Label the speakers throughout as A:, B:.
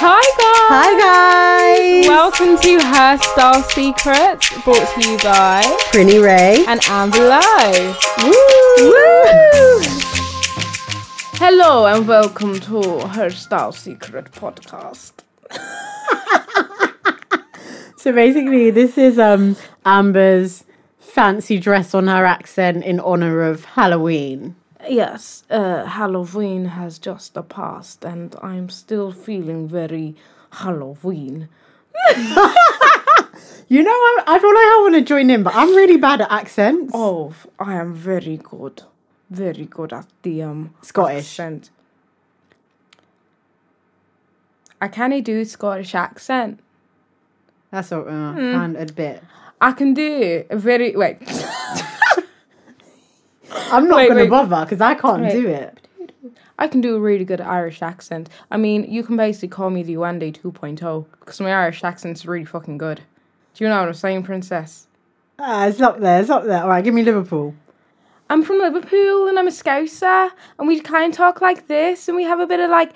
A: Hi guys!
B: Hi guys!
A: Welcome to Hairstyle Secrets, brought to you by
B: Prinny Ray.
A: and Amber Lowe.
B: Woo!
A: Hello and welcome to Hairstyle Secret podcast.
B: So basically, this is um Amber's fancy dress on her accent in honor of Halloween.
A: Yes, uh, Halloween has just passed, and I'm still feeling very Halloween.
B: You know, I, I feel like I want to join in, but I'm really bad at accents.
A: Oh, I am very good, very good at the um
B: Scottish.
A: accent. I can't do Scottish accent.
B: That's all. Uh,
A: Hmm.
B: And a bit.
A: I can do a very wait.
B: I'm not
A: Wait,
B: gonna
A: wait.
B: bother because I can't
A: Wait.
B: do it.
A: I can do a really good Irish accent. I mean, you can basically call me the Wendy 2.0 because oh, my Irish accent's really fucking good. Do you know what I'm saying, princess?
B: Ah, it's up there. It's up there. All right, give me Liverpool.
A: I'm from Liverpool and I'm a Scouser and we kind of talk like this and we have a bit of like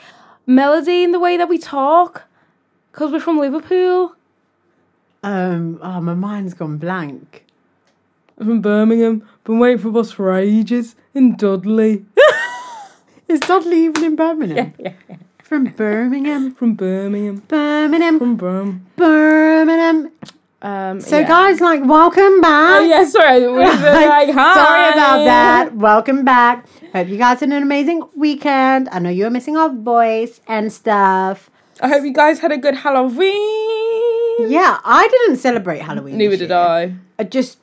A: melody in the way that we talk because we're from Liverpool.
B: Um, oh, my mind's gone blank.
A: I'm from Birmingham. Been waiting for us for ages in Dudley.
B: Is Dudley even in Birmingham? From Birmingham,
A: from Birmingham.
B: Birmingham,
A: From Birmingham.
B: Birmingham.
A: Um,
B: So,
A: yeah.
B: guys, like, welcome back.
A: Oh, yeah, sorry. We were like, hi.
B: Sorry about that. Welcome back. Hope you guys had an amazing weekend. I know you were missing our voice and stuff.
A: I hope you guys had a good Halloween.
B: Yeah, I didn't celebrate Halloween.
A: Neither
B: this
A: did
B: year.
A: I.
B: I just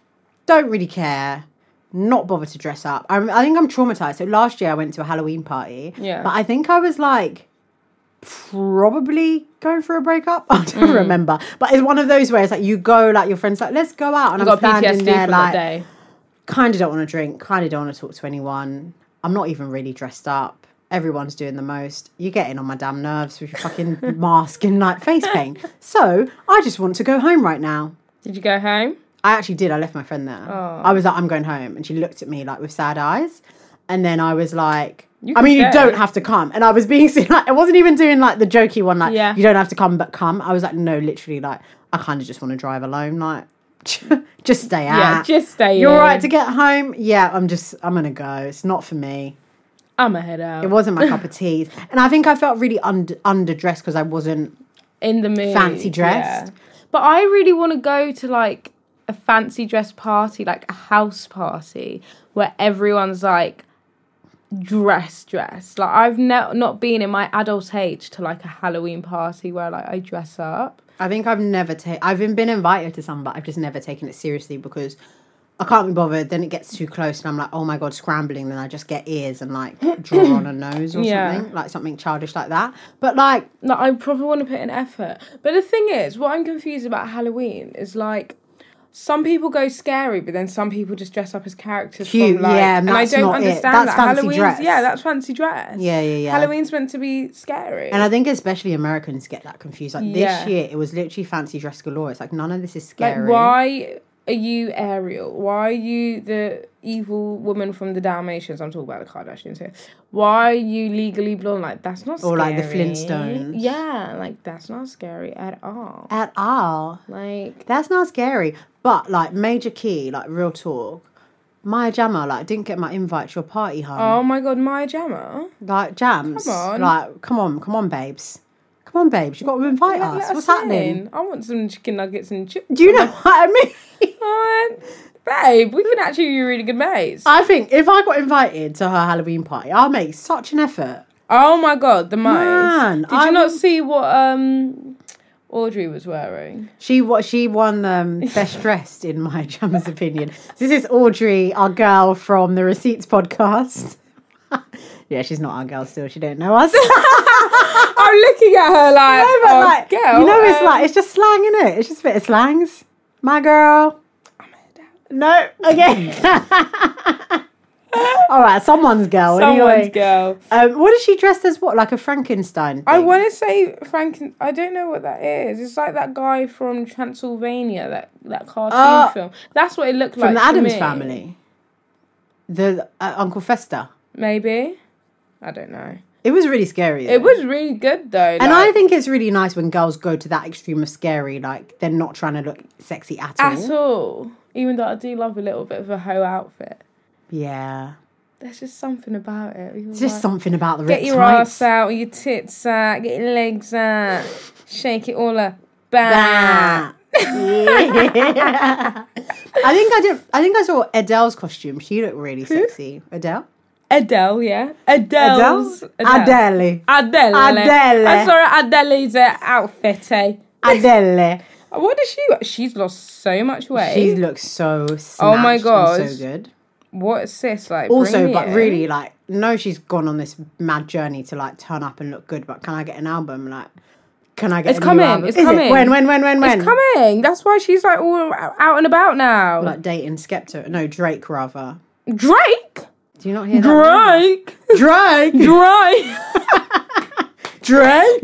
B: don't really care. Not bother to dress up. I, I think I'm traumatized. So last year I went to a Halloween party.
A: Yeah.
B: But I think I was like probably going for a breakup. I don't
A: Mm.
B: remember. But it's one of those where it's like you go, like your friends like, let's go out, and
A: I
B: I'm
A: got
B: standing
A: PTSD
B: there
A: from that
B: like.
A: day.
B: kind of don't want to drink, kind of don't want to talk to anyone. I'm not even really dressed up. Everyone's doing the most. You're getting on my damn nerves with your fucking mask and like face paint. So I just want to go home right now.
A: Did you go home?
B: I actually did. I left my friend there. I
A: Oh.
B: was like, I'm going home. And she looked at me like with sad eyes. And then I was like, I
A: can
B: mean,
A: stay.
B: you don't have to come. And I was being, ser- like, I wasn't even doing like the jokey one, like,
A: Yeah.
B: you don't have to come, but come. I was like, no, literally, like, I kind of just want to drive alone. Like, just stay out.
A: Yeah, just stay
B: You're
A: in.
B: right to get home. Yeah, I'm just, I'm going to go. It's not for me.
A: I'm a head out.
B: It wasn't my cup of tea. And I think I felt really under, underdressed because I wasn't
A: in the mood.
B: Fancy dressed.
A: yeah. But I really want to go to like a fancy dress party, like a house party, where everyone's like dress dress. Like I've ne- not been in my adult age to like a Halloween party where like I dress up.
B: I think I've never taken. I've been, been invited to some, but I've just never taken it seriously because I can't be bothered. Then it gets too close, and I'm like, oh my god, scrambling. Then I just get ears and like draw on a nose or
A: Yeah.
B: something, like something childish like that. But like,
A: Like I probably want to put in effort. But the thing is, what I'm confused about Halloween is like some people go scary, but then some people just dress up as characters.
B: Cute,
A: from, like,
B: yeah, and
A: and I
B: that's
A: don't
B: not it.
A: understand
B: That's
A: that.
B: fancy
A: Halloween's
B: dress.
A: yeah, that's fancy dress.
B: Yeah, yeah, yeah.
A: Halloween's meant to be scary.
B: and I think especially Americans get that confused. Like
A: Yeah.
B: this year, it was literally fancy dress galore. It's like none of this is
A: like,
B: scary.
A: why are you Ariel? Why are you the evil woman from the Dalmatians? I'm talking about the Kardashians here. Why are you legally blonde? Like that's not scary.
B: Or, like, the Flintstones.
A: Yeah, like that's not scary at all.
B: At all.
A: Like
B: That's not scary. But like major key, like real talk. Maya Jammer, like didn't get my invite to your party, hon.
A: oh my god, Maya Jama.
B: Like jams.
A: Come on.
B: Like, come on, come on, babes. Come on, babes. You've got to invite
A: Let-
B: us.
A: let
B: What's
A: us
B: happening?
A: in. I want some chicken nuggets and chips.
B: Do you know what I mean?
A: on. Babe, we can actually be really good mates.
B: I think if I got invited to her Halloween party, I'll make such an effort.
A: oh my god, the mice.
B: Man,
A: Did you
B: I'm-
A: not see what um Audrey was wearing?
B: She what she won um, best dressed in my jammer's opinion. This is Audrey, our girl from the Receipts podcast. yeah, she's not our girl still. She don't know us.
A: I'm looking at her like,
B: No, but
A: oh,
B: like,
A: girl,
B: you know, it's
A: um,
B: like it's just slang, is it? It's just a bit of slangs. My girl. No, okay. All right, someone's girl.
A: someone's
B: anyway,
A: girl.
B: Um, what is she dressed as? What, like a Frankenstein?
A: I
B: thing?
A: want to say Franken. I don't know what that is. It's like that guy from Transylvania, that that cartoon
B: Uh,
A: film. That's what it looked like
B: from the
A: to
B: Adams
A: me.
B: family. The uh, Uncle Fester.
A: Maybe, I don't know.
B: It was really scary. though.
A: It was really good though.
B: And
A: like,
B: I think it's really nice when girls go to that extreme of scary, like they're not trying to look sexy at all.
A: at all, even though I do love a little bit of a hoe outfit,
B: Yeah.
A: there's just something about it. You're
B: It's just
A: like,
B: something about the
A: get
B: ripped
A: your
B: tights.
A: ass out, your tits out, get your legs out, shake it all up. Bam.
B: Ah. Yeah. I think I did. I think I saw Adele's costume. She looked really sexy. Adele.
A: Adele, yeah. Adele's, Adele.
B: Adele.
A: Adele. eh?
B: Adele.
A: I saw Adele's uh, outfit, eh?
B: Adele.
A: What does she She's lost so much weight.
B: She looks so. Snatched
A: Oh my
B: and
A: gosh.
B: So good.
A: What's this? Like,
B: Also,
A: bring
B: but
A: it.
B: really, like, no, she's gone on this mad journey to like turn up and look good. But can I get an album? Like, can I get?
A: It's
B: a new
A: coming,
B: album?
A: it's
B: Is it?
A: coming.
B: When? When? When? When? When?
A: It's coming. That's why she's like all out and about now.
B: Like dating Skepta. No, Drake rather.
A: Drake?
B: Do you not hear that?
A: Drake?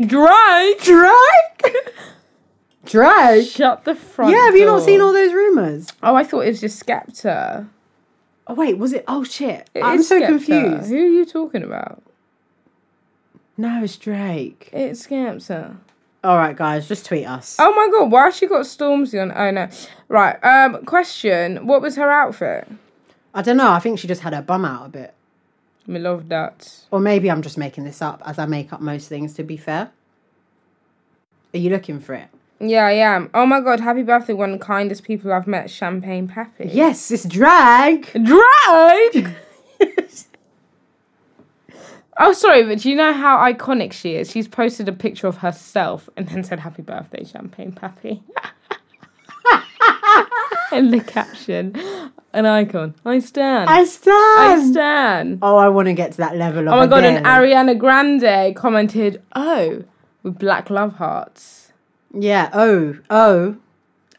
A: Drake?
B: Drake. Drake. Drake.
A: Drake?
B: Drake. Drake.
A: Shut the front
B: Yeah, have you not
A: door.
B: seen all those rumors?
A: Oh, I thought it was just Skepta.
B: Oh wait, was it? Oh shit!
A: It
B: I'm
A: is
B: so
A: Skepta.
B: confused.
A: Who are you talking about?
B: No, it's Drake.
A: It's Skepta.
B: All right, guys, just tweet us.
A: Oh my god, why she got Stormzy on? Oh no. Right, um, question. What was her outfit?
B: I don't know. I think she just had her bum out a bit,
A: We love that.
B: or maybe I'm just making this up as I make up most things. To be fair, are you looking for it?
A: Yeah, I am. Oh my god, happy birthday, one of the kindest people I've met, Champagne Pappy.
B: Yes, it's Drake.
A: Drake! oh, sorry, but do you know how iconic she is? She's posted a picture of herself and then said, Happy birthday, Champagne Pappy. In the caption, an icon. I stand.
B: I
A: I
B: stand.
A: stand.
B: Oh, I want to get to that level. Of
A: Oh my god, and
B: Adele.
A: Ariana Grande commented, Oh, with black love hearts.
B: Yeah. Oh. Oh.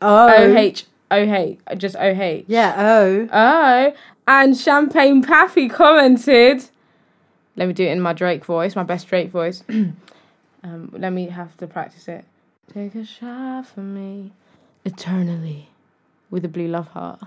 B: Oh.
A: O H O H, just O H.
B: Yeah. Oh.
A: Oh, and Champagne Pappy commented, Let me do it in my Drake voice, my best Drake voice. um, let me have to practice it. Take a shot for me eternally with a blue love heart.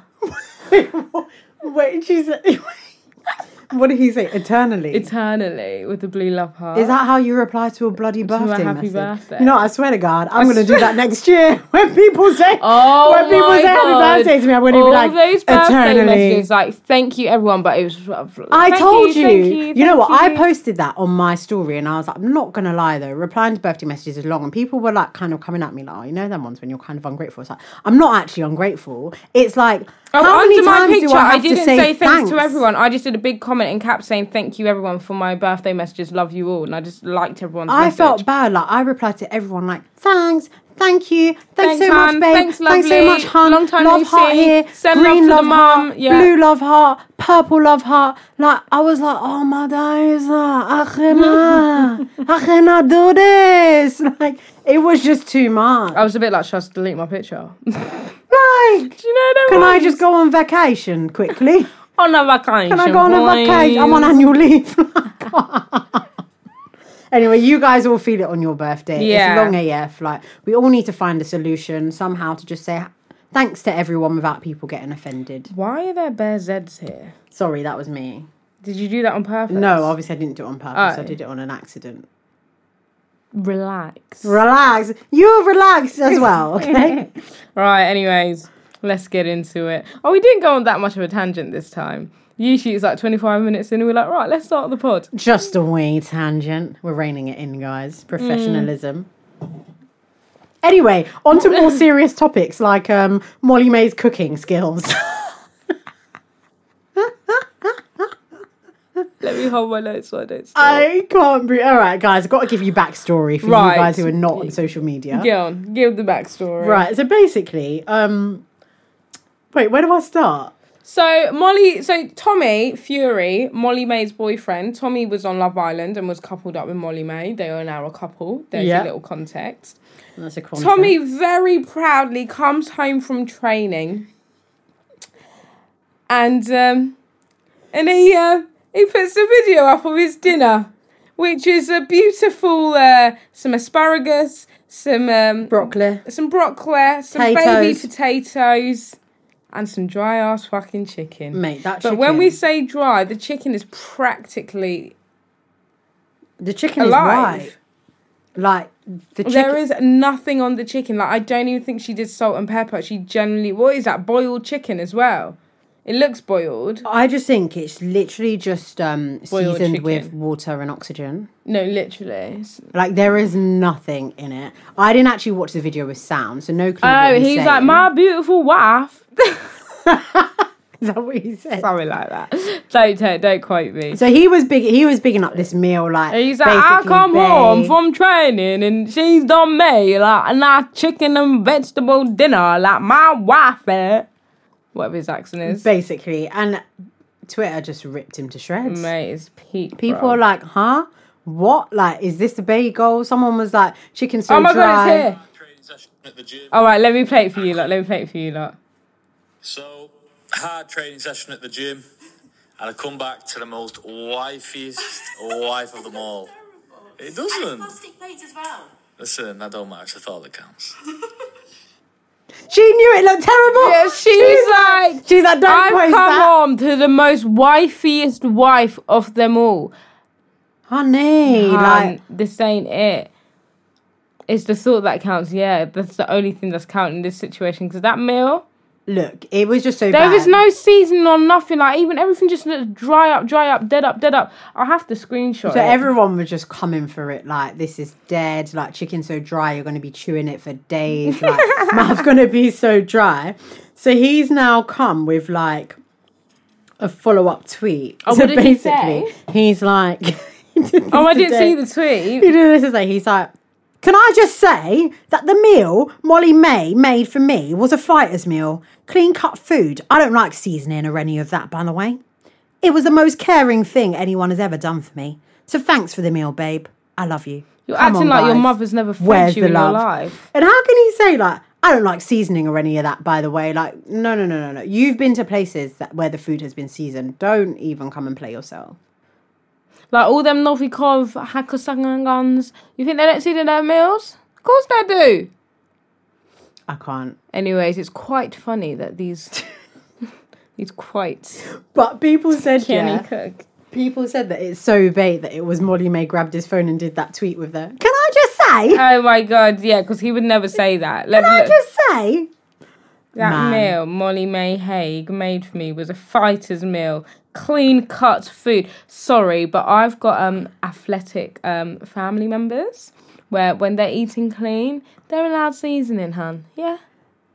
B: Wait. She's. what did he say? Eternally.
A: Eternally with a blue love heart.
B: Is that how you reply to a bloody birthday
A: happy
B: message?
A: birthday.
B: You know, I swear to God, I'm going to do that next year when people say
A: Oh,
B: when people
A: my
B: say
A: God.
B: happy birthday to me, I'm going to
A: All
B: be like
A: those birthday
B: eternally.
A: messages, like thank you everyone, but it was. uh,
B: I
A: thank
B: told you.
A: thank
B: You, know
A: thank
B: what? I
A: you.
B: posted that on my story, and I was like, I'm not gonna lie though. Replying to birthday messages is long, and people were like, kind of coming at me like, oh, you know, them ones when you're kind of ungrateful. It's like, I'm not actually ungrateful. It's like,
A: Oh,
B: how many
A: under my
B: times
A: picture,
B: do I have
A: didn't
B: to
A: say,
B: say,
A: thanks to
B: thanks?
A: everyone. I just did a big comment in cap saying thank you everyone for my birthday messages. Love you all, and I just liked everyone's.
B: I
A: message.
B: felt bad. Like I replied to everyone, like thanks, thank you,
A: Thanks,
B: thanks, so much,
A: hun.
B: babe,
A: Thanks,
B: so
A: lovely.
B: much, hun.
A: Long time
B: love
A: no
B: heart
A: see.
B: here,
A: Send love
B: green
A: to the
B: love heart,
A: mum. Yeah.
B: blue love heart, purple love heart. Like I was like, oh my days, like, I cannot, I cannot do this. Like it was just too much.
A: I was a bit like, should I just delete my picture? Do you know
B: Like,
A: that
B: can I
A: ones?
B: just go on vacation quickly?
A: on a vacation?
B: Can I go on a vacation? I'm on annual leave. anyway, you guys all feel it on your birthday.
A: Yeah.
B: It's long AF. Like we all need to find a solution somehow to just say thanks to everyone without people getting offended.
A: Why are there bare Zeds here?
B: Sorry, that was me.
A: Did you do that on purpose?
B: No, obviously I didn't do it on purpose.
A: Oh.
B: I did it on an accident.
A: Relax.
B: Relax. You relax as well, okay?
A: Right, anyways, let's get into it. Oh, we didn't go on that much of a tangent this time. Usually it's like 25 minutes in, and we're like, right, let's start the pod.
B: just a wee tangent. We're reining it in,
A: Mm.
B: guys. Professionalism. Anyway, on to more serious topics like um, Molly May's cooking skills.
A: Let me hold my notes so I don't. stop.
B: I can't breathe. All right, guys, I've got to give you backstory for
A: Right.
B: you guys who are not on social media.
A: Get on, give the backstory.
B: Right, so basically, um, wait, where do I start?
A: So Molly, so Tommy Fury, Molly May's boyfriend. Tommy was on Love Island and was coupled up with Molly May. They are now a couple. There's
B: Yeah.
A: a little context.
B: That's a concept.
A: Tommy very proudly comes home from training, and um, and he uh, he puts a video up of his dinner, which is a beautiful uh, some asparagus, some um,
B: broccoli.
A: some broccoli, some baby
B: Potatoes.
A: potatoes, and some dry ass fucking chicken.
B: Mate, that
A: But
B: chicken.
A: when we say dry, the chicken is practically
B: the chicken
A: alive.
B: is live. Like the chicken.
A: there is nothing on the chicken. Like I don't even think she did salt and pepper. She generally what is that boiled chicken as well? It looks boiled.
B: I just think it's literally just um,
A: Boiled
B: seasoned with
A: chicken.
B: water and oxygen.
A: No, literally. It's-
B: Like there is nothing in it. I didn't actually watch the video with sound, so no clue.
A: Oh,
B: what he's
A: he's like
B: saying.
A: my beautiful wife.
B: Is that what he said?
A: Something like that. Don't take, don't quote me.
B: So he was big. He was bigging up this meal. Like
A: And he's like, I
B: basically,
A: come
B: babe,
A: home from training and she's done me like a nice chicken and vegetable dinner like my wife. Eh? Whatever his accent is,
B: basically, and Twitter just ripped him to shreds.
A: mate, it's peak.
B: People
A: bro.
B: are like, huh? What? Like, is this the bagel? Someone was like, chicken so
A: oh my
B: dry.
A: god, it's here.
C: training session at the gym.
A: All right, let me play it for you, lot. Let me play it for you, lot.
C: So hard training session at the gym, and I come back to the most wifiest wife of them all. It doesn't.
D: plastic plates as well.
C: Listen, that don't matter. It's the thought that counts.
B: She knew it looked terrible.
A: Yeah, she was like,
B: she's like, don't
A: I've
B: post
A: come
B: that.
A: on to the most wifiest wife of them all.
B: Honey, like,
A: Hun, this ain't it. It's the thought that counts. Yeah, that's the only thing that's counting in this situation. Because that meal,
B: look, it was just so
A: there
B: bad.
A: was no season or nothing. Like even everything just looked dry up, dry up, dead up, dead up. I have to screenshot.
B: So
A: it.
B: everyone was just coming for it. Like, this is dead. Like, chicken so dry, you're going to be chewing it for days. Like, mouth's going to be so dry. So he's now come with like a follow up tweet.
A: Oh,
B: so
A: what did he
B: basically,
A: say?
B: he's like, he did
A: oh, I
B: this
A: didn't see
B: today.
A: the tweet.
B: He did this today. He's like, can I just say that the meal Molly May made for me was a fighter's meal, clean cut food. I don't like seasoning or any of that, by the way. It was the most caring thing anyone has ever done for me. So thanks for the meal, babe. I love you.
A: You're
B: Come
A: acting
B: on,
A: like your
B: guys.
A: mother's never fed
B: Where's
A: you
B: the
A: in
B: love?
A: your life.
B: And how can he say like, I don't like seasoning or any of that, by the way? Like, no, no, no, no, no. You've been to places that where the food has been seasoned. Don't even come and play yourself.
A: Like all them Novikov guns. You think they don't see their meals? Of course they do.
B: I can't.
A: Anyways, it's quite funny that these these quite
B: But people said
A: Kenny
B: yeah.
A: Cook.
B: People said that it's so bait that it was Molly May grabbed his phone and did that tweet with her. Can I just say?
A: Oh my god, yeah, because he would never say that. Let
B: can
A: me
B: I
A: look.
B: just say?
A: that
B: Man.
A: meal Molly May Haig made for me was a fighter's meal. Clean cut food. Sorry, but I've got um athletic um family members where when they're eating clean, they're allowed seasoning, hun. Yeah.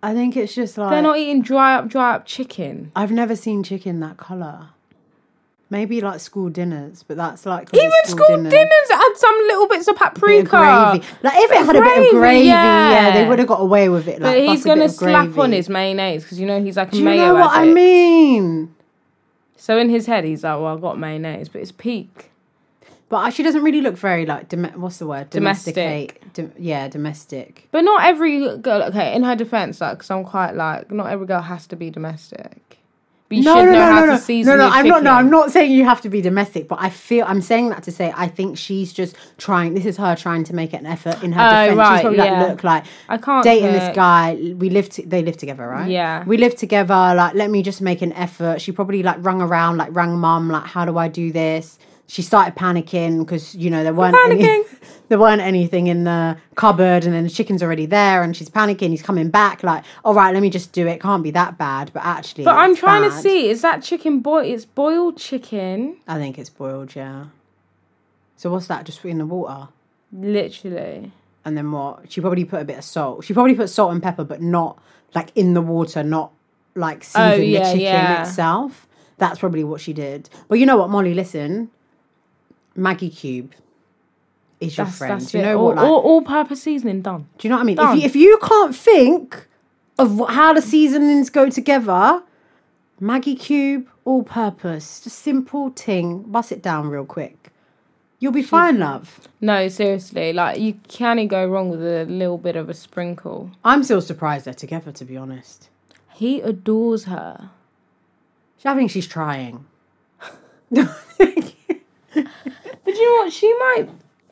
B: I think it's just like
A: They're not e- eating dry up, dry up chicken.
B: I've never seen chicken that color. Maybe like school dinners, but that's like 'cause
A: Even
B: it's
A: school dinners had some little bits of
B: Bit
A: paprika.
B: of gravy. Like if it had a bit of gravy, yeah, they would have got away with it. Like
A: But he's
B: that's a bit
A: gonna
B: of
A: slap on
B: gravy.
A: his mayonnaise because you know he's like a
B: Do you
A: mayo
B: know what I
A: addict.
B: mean?
A: So in his head he's like, "Well, I've got mayonnaise, but it's peak."
B: But uh, she doesn't really look very like dom- what's the word?
A: Domestic.
B: Domesticate. Dom- yeah, domestic.
A: But not every girl. Okay, in her defense, like, because I'm quite like, not every girl has to be domestic. But you should know how to season
B: no,
A: your
B: no. I'm not. No,
A: chicken.
B: I'm not saying you have to be domestic, but I feel I'm saying that to say I think she's just trying. This is her trying to make an effort in her
A: Oh,
B: defense.
A: right,
B: she's probably
A: yeah.
B: like, look, like
A: I can't
B: dating this
A: cook.
B: guy. We live. To, they live together, right?
A: Yeah.
B: We live together. Like, let me just make an effort. She probably like rung around, like rang mum, like how do I do this? She started panicking because you know there weren't any,
A: panicking.
B: there weren't anything in the cupboard, and then the chicken's already there, and she's panicking. He's coming back, like all right, let me just do it. Can't be that bad, but actually,
A: But I'm
B: it's
A: trying to
B: bad.
A: see is that chicken boil? It's boiled chicken,
B: I think it's boiled, yeah. So what's that? Just put in the water.
A: literally.
B: And then what? She probably put a bit of salt. She probably put salt and pepper, but not like in the water, not like season
A: Oh, yeah,
B: the chicken
A: yeah.
B: itself. That's probably what she did. But you know what, Molly, listen. Maggie Cube is your
A: That's,
B: friend.
A: that's
B: you
A: it.
B: know
A: all,
B: what? Like,
A: all, all purpose seasoning done.
B: do you know what I mean?
A: done.
B: If you, if you can't think of wh- how the seasonings go together, Maggie Cube, all purpose, just simple ting. Bust it down real quick. You'll be fine, love.
A: No, seriously, like you can go wrong with a little bit of a sprinkle.
B: I'm still surprised they're together, to be honest.
A: He adores her.
B: I think she's trying. Hmm,
A: But you know what? She might.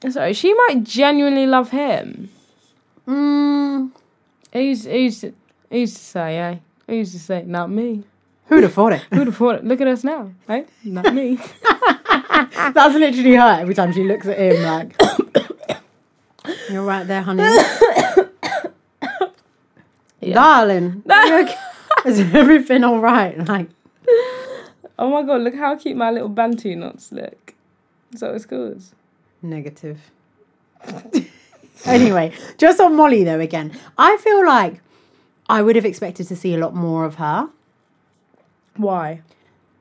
A: Sorry, she might genuinely love him.
B: Mm,
A: Who's who's who's to say? Eh? Who's to say? Not me.
B: who'd have thought it?
A: Who'd have thought it? Look at us now. Eh? Not me.
B: That's literally her every time she looks at him like You're right there, honey. Darling. you okay? Is everything all right? Like
A: oh my god! Look how cute my little bantu knots look. Is that what it's called?
B: negative. anyway, just on Molly though again. I feel like I would have expected to see a lot more of her.
A: Why?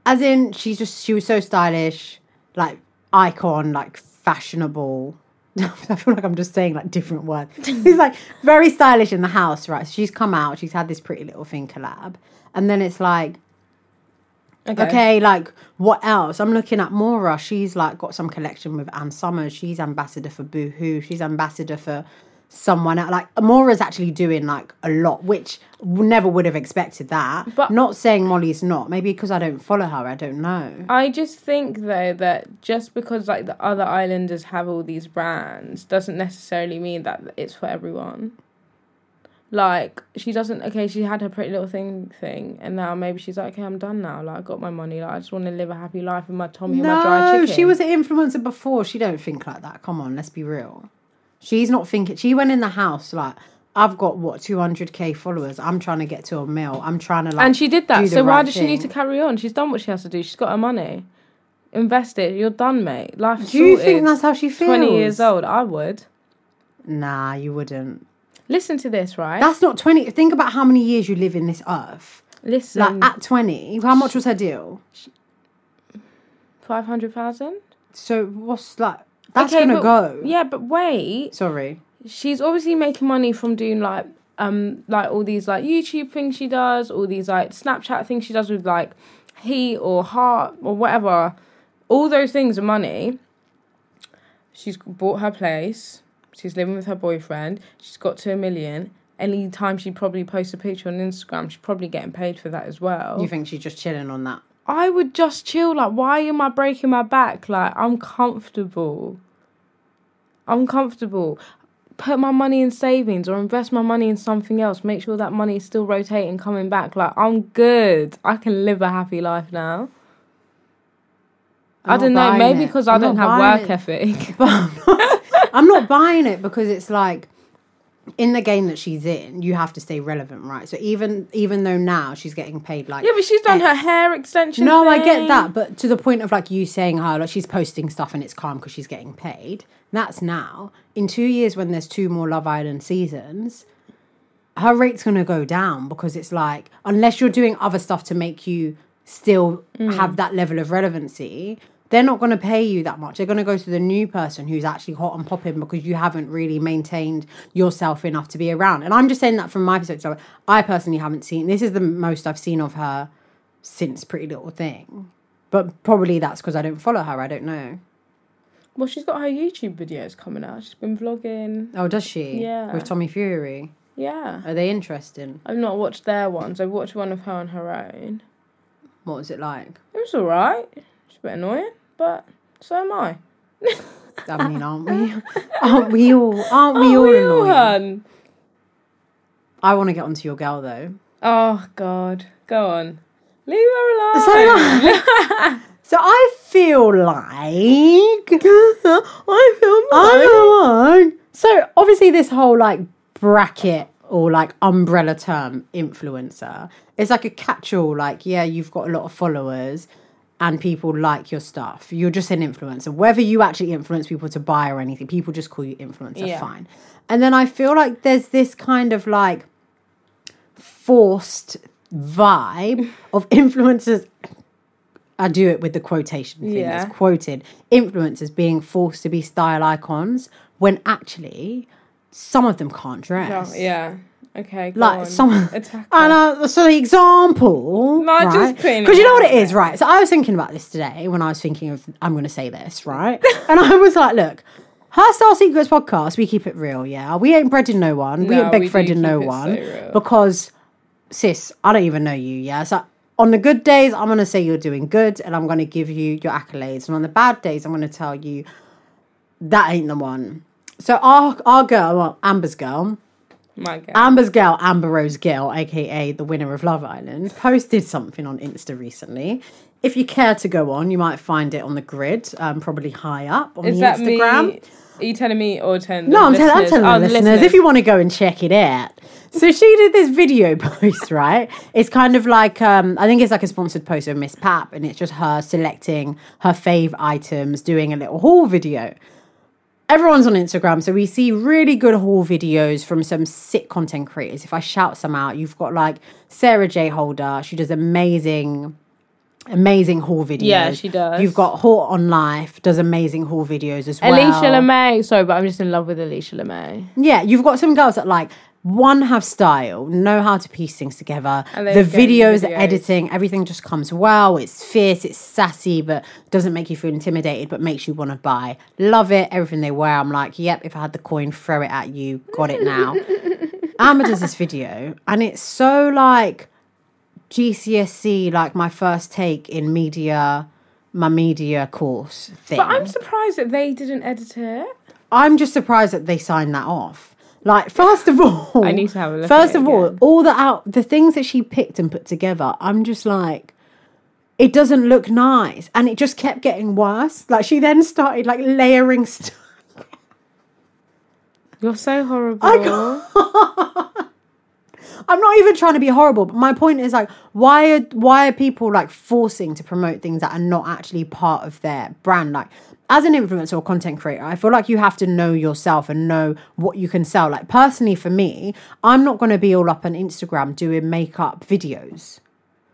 B: As in, she's just she was so stylish, like icon, like fashionable. I feel like I'm just saying like different words. She's like very stylish in the house, right? So she's come out, she's had this pretty little thing collab, and then it's like, okay, like what else? I'm looking at Mora. She's like got some collection with Anne Summers. She's ambassador for Boohoo. She's ambassador for someone else. Like Mora's actually doing like a lot, which w- never would have expected that.
A: But-
B: But not saying Molly's not. Maybe because I don't follow her, I don't know.
A: I just think though that just because like the other islanders have all these brands doesn't necessarily mean that it's for everyone. Like she doesn't okay, she had her pretty little thing thing and now maybe she's like, Okay, I'm done now, like I got my money, like I just wanna live a happy life with my Tommy and my dried
B: No,
A: chicken.
B: she was an influencer before. She don't think like that. Come on, let's be real. She's not thinking. She went in the house like, I've got what two hundred k followers. I'm trying to get to a mil. I'm trying to like.
A: And she did
B: do
A: that.
B: the
A: So why
B: right
A: does she need to
B: thing.
A: carry on? She's done what she has to do, she's got her money. Invest it, you're done, mate. Life's
B: Do you think
A: sorted.
B: that's how she feels?
A: twenty years old, I would.
B: Nah, you wouldn't.
A: Listen to this, right?
B: That's not twenty. Think about how many years you live in this earth. Like
A: Listen
B: at twenty, how much was her deal?
A: five hundred thousand?
B: So what's like? That's
A: Okay,
B: gonna
A: but-
B: go.
A: Yeah, but wait.
B: Sorry.
A: She's obviously making money from doing like um like all these like YouTube things she does, all these like Snapchat things she does with like he or heart or whatever. All those things are money. She's bought her place. She's living with her boyfriend. She's got to a million. Any time she probably posts a picture on Instagram, she's probably getting paid for that as well.
B: You think she's just chilling on that?
A: I would just chill. Like, why am I breaking my back? Like, I'm comfortable. I'm comfortable. Put my money in savings or invest my money in something else. Make sure that money is still rotating, coming back. Like, I'm good. I can live a happy life now. I'm I
B: not
A: do not know.
B: buying
A: Maybe
B: it.
A: because I
B: I'm not
A: don't have
B: buying
A: work
B: it.
A: ethic.
B: I'm not buying it because it's like in the game that she's in, you have to stay relevant, right? So even even though now she's getting paid like
A: yeah, but she's done her hair extension.
B: no, I get
A: thing.
B: that, but to the point of like you saying how like she's posting stuff and it's calm because she's getting paid. That's now. In two years, when there's two more Love Island seasons, her rate's gonna go down because it's like unless you're doing other stuff to make you still have that level of relevancy, they're not gonna pay you that much. They're gonna go to the new person who's actually hot and popping because you haven't really maintained yourself enough to be around. And I'm just saying that from my perspective. I personally haven't seen this is the most I've seen of her since Pretty Little Thing. But probably that's because I don't follow her. I don't know.
A: Well, she's got her YouTube videos coming out. She's been vlogging.
B: Oh, does she?
A: Yeah.
B: With Tommy Fury.
A: Yeah.
B: Are they interesting?
A: I've not watched their ones. I've watched one of her on her own.
B: What was it like?
A: It was alright. It's a bit annoying, but so am I.
B: I mean, aren't we? Aren't we all? Aren't
A: Oh,
B: we all annoying?
A: hun.
B: I want to get onto your girl though.
A: Oh God, go on. Leave her alone.
B: So, so I feel like I feel like I feel like so obviously this whole like bracket or like umbrella term influencer it's like a catch-all like yeah you've got a lot of followers and people like your stuff you're just an influencer whether you actually influence people to buy or anything people just call you influencer
A: Yeah.
B: fine and then i feel like there's this kind of like forced vibe of influencers. I do it with the quotation thing
A: Yeah.
B: that's quoted. Influencers being forced to be style icons when actually some of them can't dress.
A: Oh, yeah. Okay, go
B: like
A: on.
B: someone
A: attack.
B: and
A: her.
B: uh, so the example
A: No, just putting it
B: because you know
A: out
B: what it is right so i was thinking about this today when i was thinking of i'm going to say this right and i was like look her Style Secrets podcast, we keep it real, yeah. We ain't breading no one. we
A: No,
B: ain't big
A: we do
B: friending no
A: keep it so
B: one.
A: real.
B: because, sis, I don't even know you, yeah. So, on the good days, I'm going to say you're doing good and I'm going to give you your accolades. And on the bad days, I'm going to tell you that ain't the one. So, our, our girl, well, Amber's girl,
A: My God.
B: Amber's girl, Amber Rose Gill, aka the winner of Love Island, posted something on Insta recently. If you care to go on, you might find it on the grid, um, probably high up on
A: Is
B: the
A: that
B: Instagram.
A: me? Are you telling me or telling?
B: No,
A: the
B: I'm, tell- I'm
A: listeners?
B: telling
A: Oh,
B: the listeners, if you want to go and check it out. So she did this video post, right? It's kind of like um, I think it's like a sponsored post of Miss Pap, and it's just her selecting her fave items, doing a little haul video. Everyone's on Instagram, so we see really good haul videos from some sick content creators. If I shout some out, you've got like Sarah J. Holder. She does amazing, amazing haul videos.
A: Yeah, she does.
B: You've got Haul on Life does amazing haul videos as well.
A: Alicia LeMay. Sorry, but I'm just in love with Alicia LeMay.
B: Yeah, you've got some girls that like one have style, know how to piece things together.
A: they
B: The
A: get the
B: videos, the
A: videos.
B: editing, everything just comes well. It's fierce, it's sassy, but doesn't make you feel intimidated, but makes you want to buy. Love it. Everything they wear, I'm like, yep. If I had the coin, throw it at you. Got it now. Amber does this video, and it's so like GCSE, like my first take in media, my media course thing.
A: But I'm surprised that they didn't edit it.
B: I'm just surprised that they signed that off. Like, first of all,
A: I need to have a look at
B: First
A: it
B: of all,
A: again.
B: all the out the things that she picked and put together, I'm just like, it doesn't look nice, and it just kept getting worse. Like, she then started like layering stuff.
A: You're so horrible.
B: I I'm not even trying to be horrible, but my point is like, why are why are people like forcing to promote things that are not actually part of their brand? Like, as an influencer or content creator, I feel like you have to know yourself and know what you can sell. Like, personally, for me, I'm not going to be all up on Instagram doing makeup videos.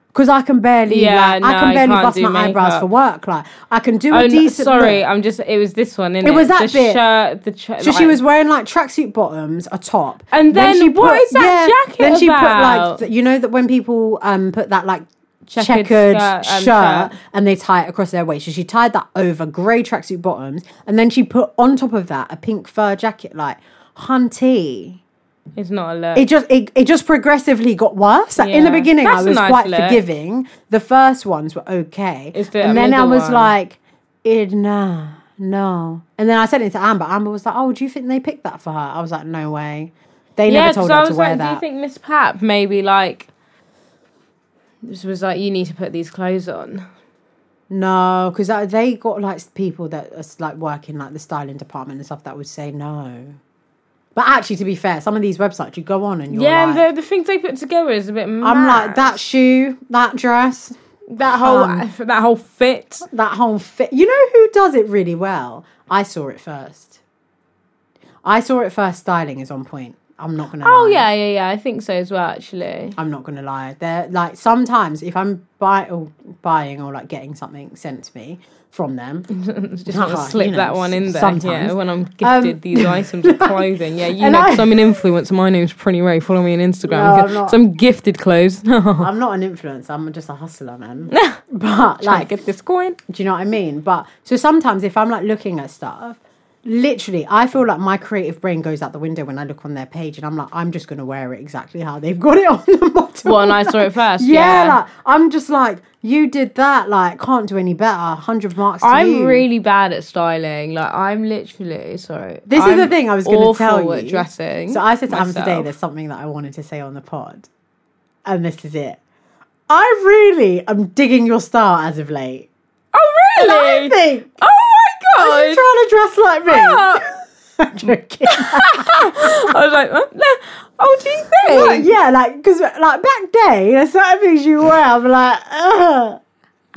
B: Because I can barely,
A: Yeah,
B: like,
A: no,
B: I can
A: you
B: barely
A: can't
B: bust
A: do
B: my eyebrows
A: makeup.
B: for work. Like, I can do
A: Oh,
B: a
A: no,
B: decent.
A: sorry,
B: look.
A: I'm just. It was this one. Innit?
B: It was that
A: the
B: bit.
A: Shirt, the tra-
B: So she
A: like-
B: was wearing like tracksuit bottoms, a top,
A: And then
B: she
A: what is that jacket
B: Then she
A: about?
B: put like th- you know that when people um put that like checkered,
A: Checkered
B: shirt,
A: skirt, um, shirt.
B: and they tie it across their waist. So she tied that over grey tracksuit bottoms, and then she put on top of that a pink fur jacket. Like, hunty,
A: It's not a look.
B: it just it, it just progressively got worse. Like, In the
A: Yeah.
B: beginning,
A: That's
B: I
A: a
B: was
A: nice
B: quite
A: look.
B: forgiving. The first ones were okay,
A: It's the
B: and then I
A: middle
B: was
A: one.
B: like, "Id nah, no." And then I sent it to Amber. Amber was like, "Oh, do you think they picked that for her?" I was like, "No way." They
A: yeah,
B: never told
A: because
B: her
A: I was
B: to wear
A: like, do you
B: that.
A: think Miss Pap maybe like this was like you need to put these clothes on?
B: no, because they got like people that are like working like the styling department and stuff that would say no. But actually, to be fair, some of these websites you go on and you're
A: yeah,
B: like,
A: and the the things they put together is a bit. Mad.
B: "I'm like that shoe, that dress."
A: that whole
B: um,
A: that whole fit.
B: that whole fit. You know who does it really well? I saw it first. I saw it first. Styling is on point. I'm not gonna.
A: Oh
B: lie.
A: yeah, yeah, yeah. I think so as well. Actually,
B: I'm not gonna lie. They're like sometimes if I'm buy or buying or like getting something sent to me from them,
A: just want
B: Uh-huh,
A: to slip
B: you know,
A: that one in there.
B: sometimes. Um,
A: Yeah, when I'm gifted these items of clothing. Yeah, you
B: And
A: know,
B: I-
A: 'cause I'm an influencer. My name's Prinny Ray. Follow me on
B: No,
A: Instagram.
B: I'm not.
A: Some gifted clothes. Trying
B: I'm not an influencer. I'm just a hustler, man. but
A: to
B: like,
A: get this coin.
B: Do you know what I mean? But so sometimes if I'm like looking at stuff, literally, I feel like my creative brain goes out the window when I look on their page, and I'm like, I'm just gonna wear it exactly how they've got it on the bottom.
A: Well, and I saw it first.
B: yeah, like I'm just like, you did that. Like, can't do any better. Hundred marks. To
A: I'm
B: you.
A: really bad at styling. Like I'm literally sorry.
B: This is the
A: I'm
B: thing I was going to tell
A: awful
B: you.
A: at dressing.
B: So I said to Am today,
A: myself.
B: there's something that I wanted to say on the pod, and this is it. I really am digging your style as of late.
A: Oh
B: And
A: really?
B: I think
A: oh
B: are
A: my god!
B: you trying to dress like me?
A: Oh.
B: I'm joking.
A: I was like, "Huh? No. oh, do you think?
B: Like, yeah, like because like back day, there's certain things you wear. I'm like, Ugh.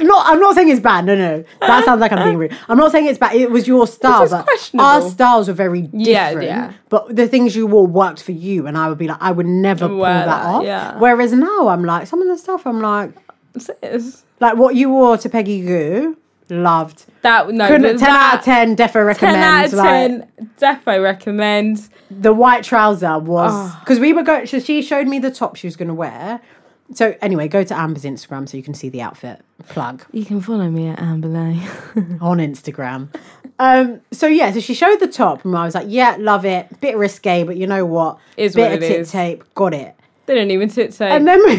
B: not. I'm not saying it's bad. No, no, that sounds like I'm being rude. I'm not saying it's bad. It was your style.
A: This is
B: But
A: questionable.
B: our styles were very different.
A: Yeah, yeah.
B: But the things you wore worked for you, and I would be like, I would never pull
A: Wear
B: that,
A: that,
B: off.
A: yeah.
B: Whereas now, I'm like, some of the stuff, I'm like,
A: Sis.
B: like what you wore to Peggy Goo. Loved.
A: That no,
B: Couldn't,
A: that-
B: 10 out of 10, defo recommend.
A: 10 out of
B: like,
A: 10 defo recommend
B: the white trouser was
A: Ah.
B: because we were going. So she showed me the top she was going to wear. So anyway, go to Amber's Instagram so you can see the outfit plug
A: you can follow me at amberlay
B: on Instagram. Um, so yeah, so she showed the top and I was like, yeah, love it. Bit risque, but you know what?
A: Is
B: Bit
A: what
B: of
A: it
B: tit
A: is.
B: tape, got it.
A: they don't even tit tape
B: And then we,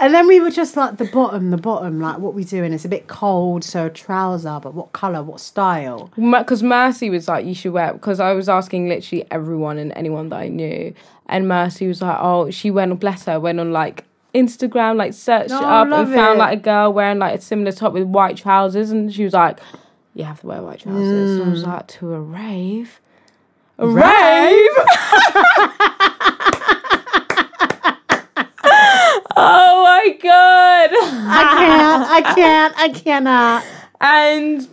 B: and then we were just like the bottom, the bottom, like what we doing? It's a bit cold, so a trouser, but what color, what style?
A: because Mercy was like, you should wear. Because I was asking literally everyone and anyone that I knew, and Mercy was like, oh, she went on bless her, went on like Instagram, like searched
B: Oh,
A: up and
B: love
A: found
B: it.
A: like a girl wearing like a similar top with white trousers, and she was like, you have to wear white trousers. So I was like, to a rave, a rave. oh my god.
B: I can't, I can't, I cannot.
A: And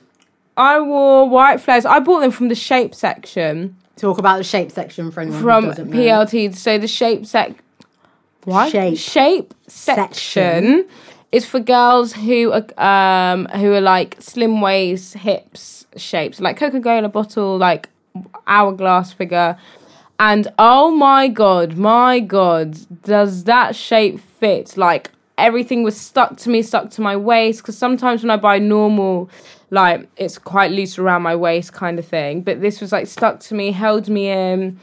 A: I wore white flares. I bought them from the shape section
B: Talk about the shape section for anyone
A: from
B: who doesn't know.
A: PLT. So the shape sec, what
B: Shape.
A: shape section, is for girls who are um who are like slim waist, hips shapes, like Coca Cola bottle, like hourglass figure. And oh my god, my god, does that shape fit? Like everything was stuck to me, stuck to my waist. Because sometimes when I buy normal, like it's quite loose around my waist kind of thing. But this was like stuck to me, held me in.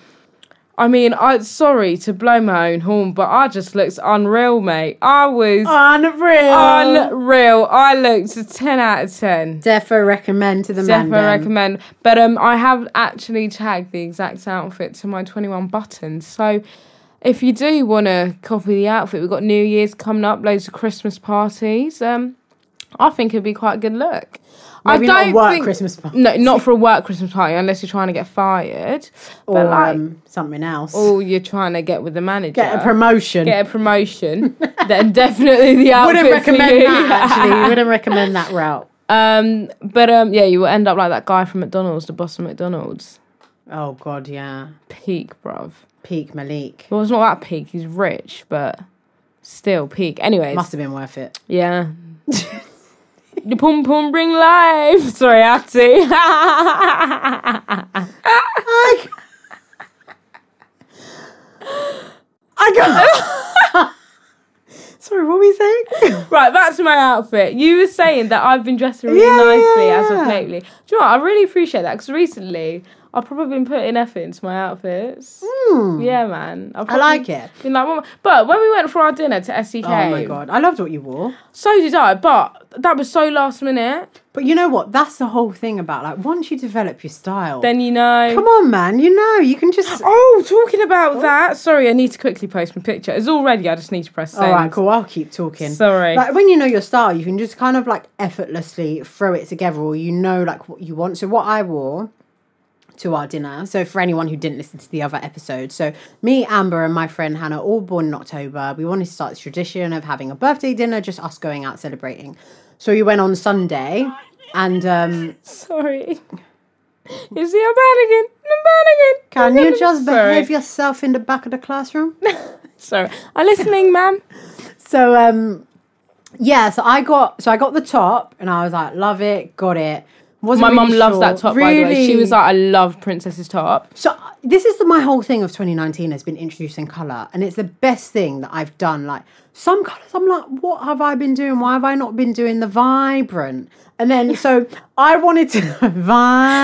A: I mean, I sorry to blow my own horn, but I just looked unreal, mate. I was
B: Oh. Unreal.
A: unreal. I looked a ten out of ten.
B: Defo recommend to the man.
A: Definitely
B: then.
A: recommend. But um, I have actually tagged the exact outfit to my twenty one buttons. So if you do want to copy the outfit, we've got New Year's coming up, loads of Christmas parties. Um, I think it'd be quite a good look.
B: Maybe
A: I
B: not
A: don't
B: work
A: think-
B: Christmas party.
A: No, not for a work Christmas party unless you're trying to get fired.
B: or
A: but like,
B: um, something else.
A: all you're trying to get with the manager.
B: Get a promotion.
A: Get a promotion. then definitely the outfit
B: Wouldn't
A: for
B: recommend
A: you.
B: that actually. Wouldn't recommend that route.
A: Um, but um, yeah, you will end up like that guy from McDonald's, the boss of McDonald's.
B: Oh god, yeah.
A: Peak, bruv.
B: Peak Malik.
A: Well, it's not that peak. He's rich, but still peak. Anyways,
B: Must have been worth it.
A: yeah. the pum pum bring life. Sorry, Atty.
B: I I got Sorry, what were we saying?
A: Right, back to my outfit. You were saying that I've been dressing really
B: Yeah, yeah,
A: nicely as of
B: yeah.
A: lately. Do you know what? I really appreciate that because recently I've probably been putting effort into my outfits. Yeah, man. I've
B: Hmm. I like it.
A: Been like, "Mama-" but when we went for our dinner to SEK,
B: Oh my god. I loved what you wore.
A: so did I. But that was so last minute.
B: But you know what? That's the whole thing about like once you develop your style.
A: Then you know.
B: come on, man. You know, you can just
A: Oh, talking about that. Sorry, I need to quickly post my picture. It's all ready. I just need to press send.
B: All right, cool. I'll keep talking.
A: Sorry.
B: Like when you know your style, you can just kind of like effortlessly throw it together, or you know like what you want. So what I wore to our dinner. So for anyone who didn't listen to the other episode, so me, Amber, and my friend Hannah, all born in October. We wanted to start this tradition of having a birthday dinner, just us going out celebrating. So we went on Sunday, and um,
A: Sorry. You see, I'm bad again. I'm bad again.
B: can you just
A: Sorry.
B: behave yourself in the back of the classroom?
A: Sorry. I'm listening, ma'am.
B: so um yeah so i got so i got the top and i was like love it got it Wasn't
A: My mum
B: really
A: loves
B: sure.
A: that top, by the way. She
B: Really?
A: was like, I love Princess's top.
B: so uh, this is the, my whole thing of 2019 has been introducing color and it's the best thing that i've done like some colors i'm like what have i been doing why have i not been doing the vibrant and then so i wanted to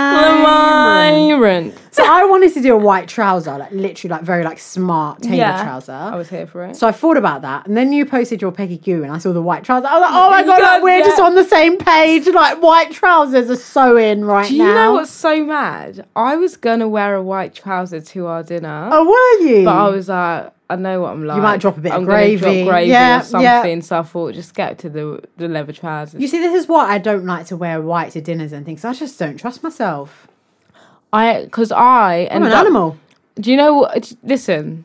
B: vibrant
A: Vibrant.
B: so i wanted to do a white trouser like literally like very like smart tailored
A: Yeah.
B: trouser
A: I was here for it.
B: so I thought about that, and then you posted your Peggy Goo, and I saw the white trousers. I was like, "Oh my god, like, we're
A: Yeah.
B: just on the same page! Like white trousers are so in right
A: Do you
B: now."
A: know what's so mad? I was gonna wear a white trouser to our dinner.
B: Oh, were you?
A: But I was like, I know what I'm like.
B: might drop a bit of
A: I'm gonna
B: gravy.
A: Drop gravy
B: Yeah,
A: or
B: yeah.
A: something. So I thought, just get to the the leather trousers.
B: you see, this is what I don't like to wear white to dinners and things. I just don't trust myself.
A: I because I
B: I'm
A: end
B: an
A: up-
B: animal.
A: Do you know what? Listen,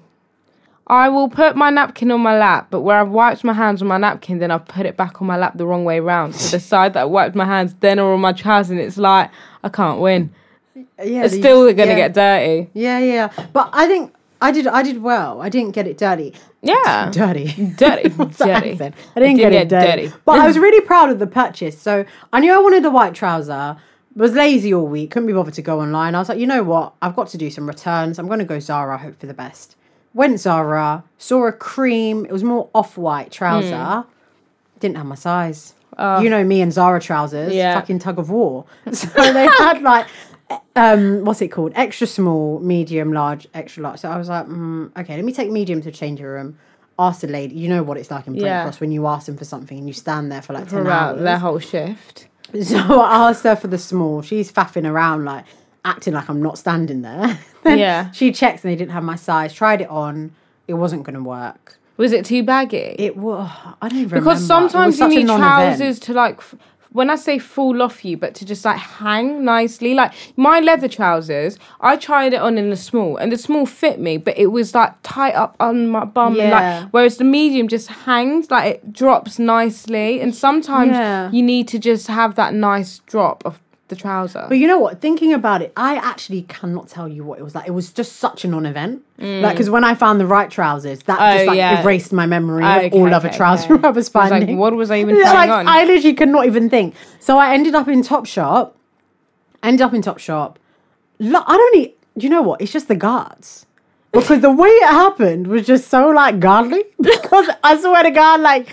A: I will put my napkin on my lap, but where I've wiped my hands on my napkin, then I put it back on my lap the wrong way round. So the side that I wiped my hands then are on my trousers, and it's like I can't win.
B: Yeah,
A: It's
B: you
A: still
B: just-
A: gonna
B: yeah.
A: get dirty.
B: Yeah, yeah. But I think I did. I did well. I didn't get it dirty.
A: Yeah.
B: Dirty.
A: Dirty.
B: What's that
A: dirty.
B: accent? I didn't get it dirty. But I was really proud of the purchase. So I knew I wanted a white trouser. Was lazy all week. Couldn't be bothered to go online. I was like, you know what? I've got to do some returns. I'm going to go Zara. Hope for the best. Went Zara. Saw a cream. It was more off white trouser. Didn't have my size. you know me and Zara trousers.
A: Yeah.
B: Fucking tug of war. So they had like um, what's it called? Extra small, medium, large, extra large. So I was like, mm, okay, let me take medium to the changing room. Ask the lady, you know what it's like in Brent
A: Yeah.
B: Cross when you ask them for something and you stand there for like 10
A: Throughout
B: hours.
A: their whole shift.
B: So I asked her for the small. She's faffing around, like acting like I'm not standing there. Then
A: Yeah.
B: She checks and they didn't have my size. Tried it on. It wasn't going to work.
A: Was it too baggy?
B: It was, I don't even remember.
A: because
B: It was
A: sometimes you
B: such a
A: need
B: non-event.
A: trousers to like f- when i say fall off you but to just like hang nicely like my leather trousers i tried it on in the small and the small fit me but it was like tight up on my bum and,
B: Yeah.
A: like whereas the medium just hangs like it drops nicely and sometimes
B: Yeah.
A: you need to just have that nice drop of the trouser
B: But you know what? Thinking about it, I actually cannot tell you what it was like. It was just such a non-event. Like, because when I found the right trousers, that
A: Mm. Oh,
B: just like
A: yeah.
B: erased my memory
A: Okay,
B: of all other
A: okay,
B: trouser
A: okay.
B: I was
A: It was like,
B: finding.
A: what was I even
B: Yeah,
A: trying
B: like,
A: on?
B: I literally could not even think. So I ended up in Topshop. Ended up in Topshop. Lo- I don't need. You know what? It's just the guards. Because the way it happened was just so like godly. Because I swear to God, like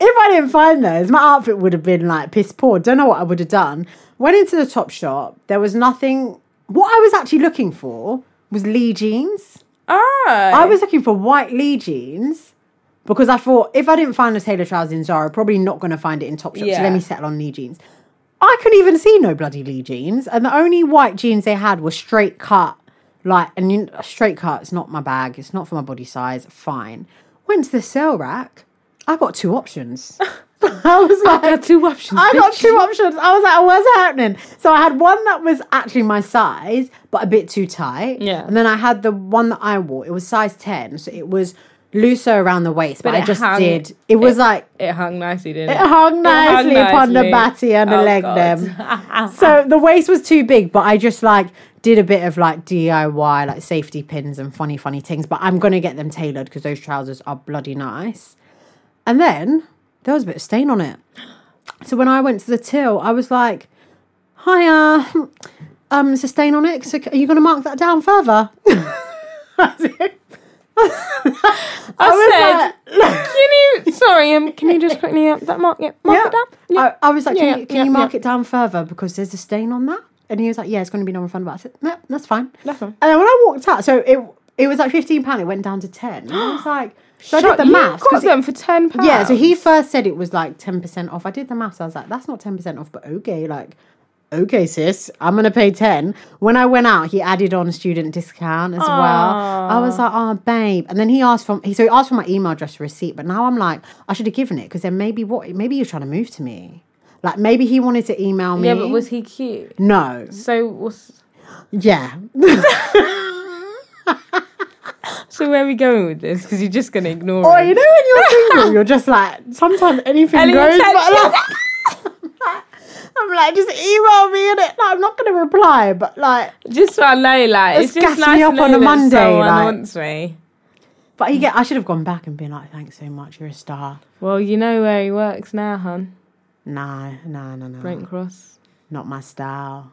B: if I didn't find those, my outfit would have been like piss poor. Don't know what I would have done. Went into the top shop. There was nothing. What I was actually looking for was Lee jeans. I was looking for white Lee jeans because I thought if I didn't find a tailor trousers in Zara, probably not going to find it in Topshop. So
A: Yeah.
B: let me settle on Lee jeans. I couldn't even see no bloody Lee jeans, and the only white jeans they had were straight cut. Like, and you, a straight cut, it's not my bag. It's not for my body size. Fine. Went to the sale rack. I got two options. I was like,
A: got two options,
B: I got
A: bitch.
B: two options. I was like, what's happening? So I had one that was actually my size, but a bit too tight.
A: Yeah.
B: And then I had the one that I wore. It was size ten, so it was looser around the waist, but,
A: But
B: I
A: it
B: just
A: hung-
B: did. It was like
A: it hung nicely didn't it
B: it hung nicely upon the
A: nicely.
B: batty and the
A: Oh,
B: leg
A: God.
B: them. so the waist was too big, but I just like did a bit of like DIY, like safety pins and funny, funny things. But I'm gonna get them tailored because those trousers are bloody nice. And then there was a bit of stain on it. So when I went to the till, I was like, "Hiya, um, is a stain on it? So c- are you gonna mark that down further?"
A: i,
B: was
A: said
B: like-
A: can you sorry um can you just quickly um, that mark it mark it up Yeah.
B: I, I was like,
A: Yeah,
B: can,
A: yeah,
B: you, can
A: yeah,
B: you mark
A: yeah.
B: it down further because there's a stain on that? And he was like, yeah, it's going to be non-refundable. I said, no, that's fine.
A: That's fine.
B: And then when I walked out, so it it was like fifteen pound. It went down to ten. And I was like, so I did
A: Shut-
B: the
A: you
B: maths.
A: got
B: 'cause it-
A: them for ten pounds.
B: yeah, so he first said it was like ten percent off. I did the maths. I was like, that's not ten percent off, but okay, like. Okay, sis, I'm gonna pay ten. When I went out, he added on student discount as well. I was like, oh, babe. And then he asked for he so he asked for my email address receipt, but now I'm like, I should have given it because then maybe what maybe you're trying to move to me. Like maybe he wanted to email me.
A: Yeah, but was he cute?
B: no.
A: So was
B: Yeah.
A: so where are we going with this? Because you're just gonna ignore
B: Or
A: it.
B: Oh, you know when you're single, you're just like sometimes anything
A: Any
B: goes. But
A: attention?
B: like, I'm like, just email me and it. Like, I'm not gonna reply, but like,
A: Just so I know, like it's
B: It's
A: just
B: gassed
A: nice
B: me
A: to
B: up
A: know
B: on a
A: that
B: Monday,
A: Someone
B: like-
A: wants me.
B: but you get. I should have gone back and been like, thanks so much, you're a star.
A: Well, you know where he works now, hun.
B: Nah, nah, nah, nah.
A: Brent Cross.
B: Not my style.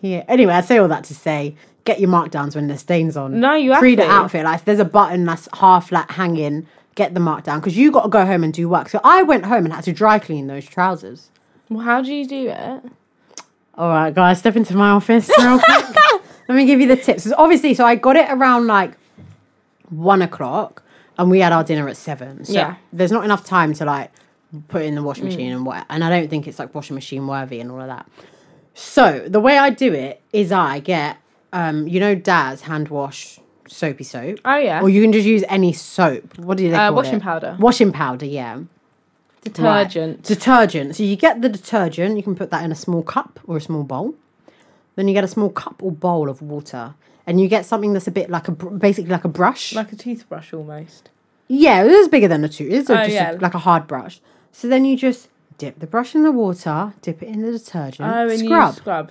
B: Yeah. Anyway, I say all that to say, get your markdowns when the stains on.
A: No, you have
B: pre
A: to.
B: the outfit. Like, if there's a button that's half like hanging. Get the markdown because you got to go home and do work. So I went home and had to dry clean those trousers.
A: Well, how do you do it?
B: All right, guys, step into my office real quick. Let me give you the tips. So obviously, so I got it around like one o'clock, and we had our dinner at seven. So
A: Yeah. Mm.
B: there's not enough time to like put it in the washing machine and what. And I don't think it's like washing machine worthy and all of that. So the way I do it is I get, um, you know, Dad's hand wash soapy soap.
A: Oh, yeah.
B: Or you can just use any soap. What do they
A: Uh,
B: call
A: washing
B: it?
A: powder.
B: Washing powder, yeah. Right.
A: Detergent.
B: Detergent. So you get the detergent, you can put that in a small cup or a small bowl. Then you get a small cup or bowl of water. And you get something that's a bit like a, br- basically like a brush.
A: Like a toothbrush almost.
B: yeah, it is bigger than a tooth. It's
A: Oh,
B: just a-
A: yeah.
B: like a hard brush. So then you just dip the brush in the water, dip it in the detergent,
A: Oh, and
B: scrub.
A: you scrub.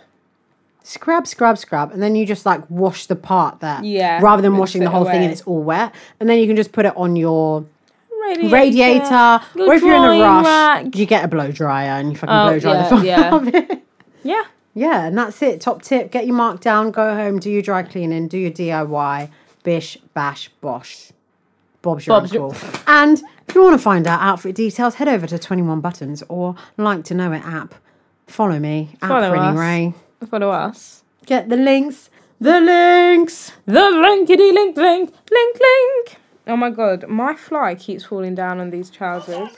B: scrub, scrub, scrub, and then you just like wash the part that,
A: Yeah,
B: rather than
A: mix
B: washing the
A: it
B: whole thing
A: away.
B: and it's all wet, and then you can just put it on your
A: Radiator.
B: radiator,
A: Little
B: or if you're in a
A: drying
B: rush,
A: rack.
B: you get a blow dryer and you fucking
A: Oh,
B: blow dry
A: yeah,
B: the fuck
A: yeah.
B: yeah. of it.
A: Yeah.
B: Yeah, and that's it. Top tip: get your mark down, go home, do your dry cleaning, do your DIY, bish, bash, bosh. Bob's your
A: Bob's your-
B: uncle. and if you want to find out outfit details, head over to Twenty One Buttons or Like to Know It app. Follow me at
A: Follow
B: Prinny
A: us.
B: Ray.
A: Follow us.
B: Get the links. The links.
A: The linkity link link link link. Oh my god, my fly keeps falling down on these trousers.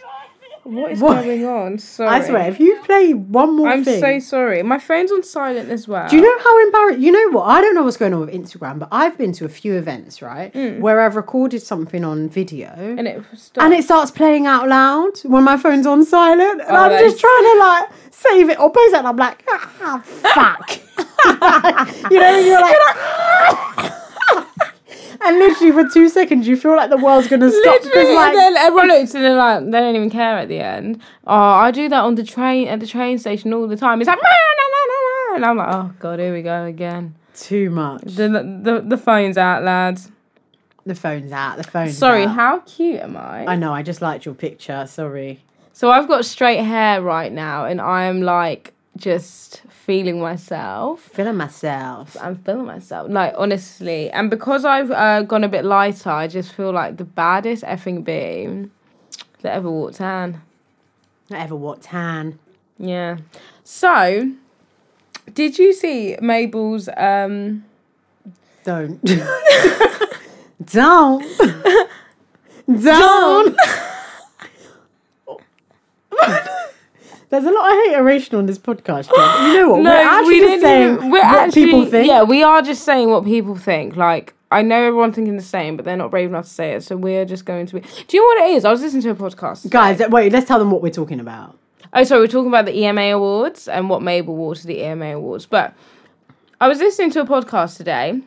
A: What is
B: What?
A: going on? Sorry.
B: I swear, if you play one more
A: I'm
B: thing.
A: so sorry. My phone's on silent as well.
B: do you know how embarrassed? You know what? I don't know what's going on with Instagram, but I've been to a few events, right, where I've recorded something on video,
A: Mm.
B: and
A: And
B: it,
A: it stopped.
B: starts playing out loud when my phone's on silent, and
A: Oh,
B: I'm
A: that
B: just
A: is-
B: trying to like save it or post it, and I'm like, ah, fuck, you know, you're like. And literally for two seconds, you feel like the world's gonna stop because
A: Literally,
B: like
A: and then everyone looks and they're like, they don't even care at the end. Oh, I do that on the train at the train station all the time. It's like, "Meow, meow, meow, meow," and I'm like, oh god, here we go again.
B: too much.
A: The the, the phone's out, lads.
B: The phone's out. The phone's
A: Sorry,
B: out.
A: how cute am I?
B: I know. I just liked your picture. Sorry.
A: So I've got straight hair right now, and I'm like just feeling myself.
B: Feeling myself.
A: I'm feeling myself, like honestly. And because I've uh, gone a bit lighter, I just feel like the baddest effing beam that ever walked down.
B: Not ever what tan.
A: Yeah. So, did you see Mabel's? Um,
B: Don't. Don't. Don't. There's a lot of hateration on this podcast. Jen. You know what? we're actually just saying
A: even-
B: what people think.
A: Yeah, we are just saying what people think. Like, I know everyone thinking the same, but they're not brave enough to say it. So we're just going to be. Do you know what it is? I was listening to a podcast.
B: Guys, wait, let's tell them what we're talking about.
A: Oh, sorry, we're talking about the EMA awards and what Mabel wore to the EMA awards. But I was listening to a podcast today,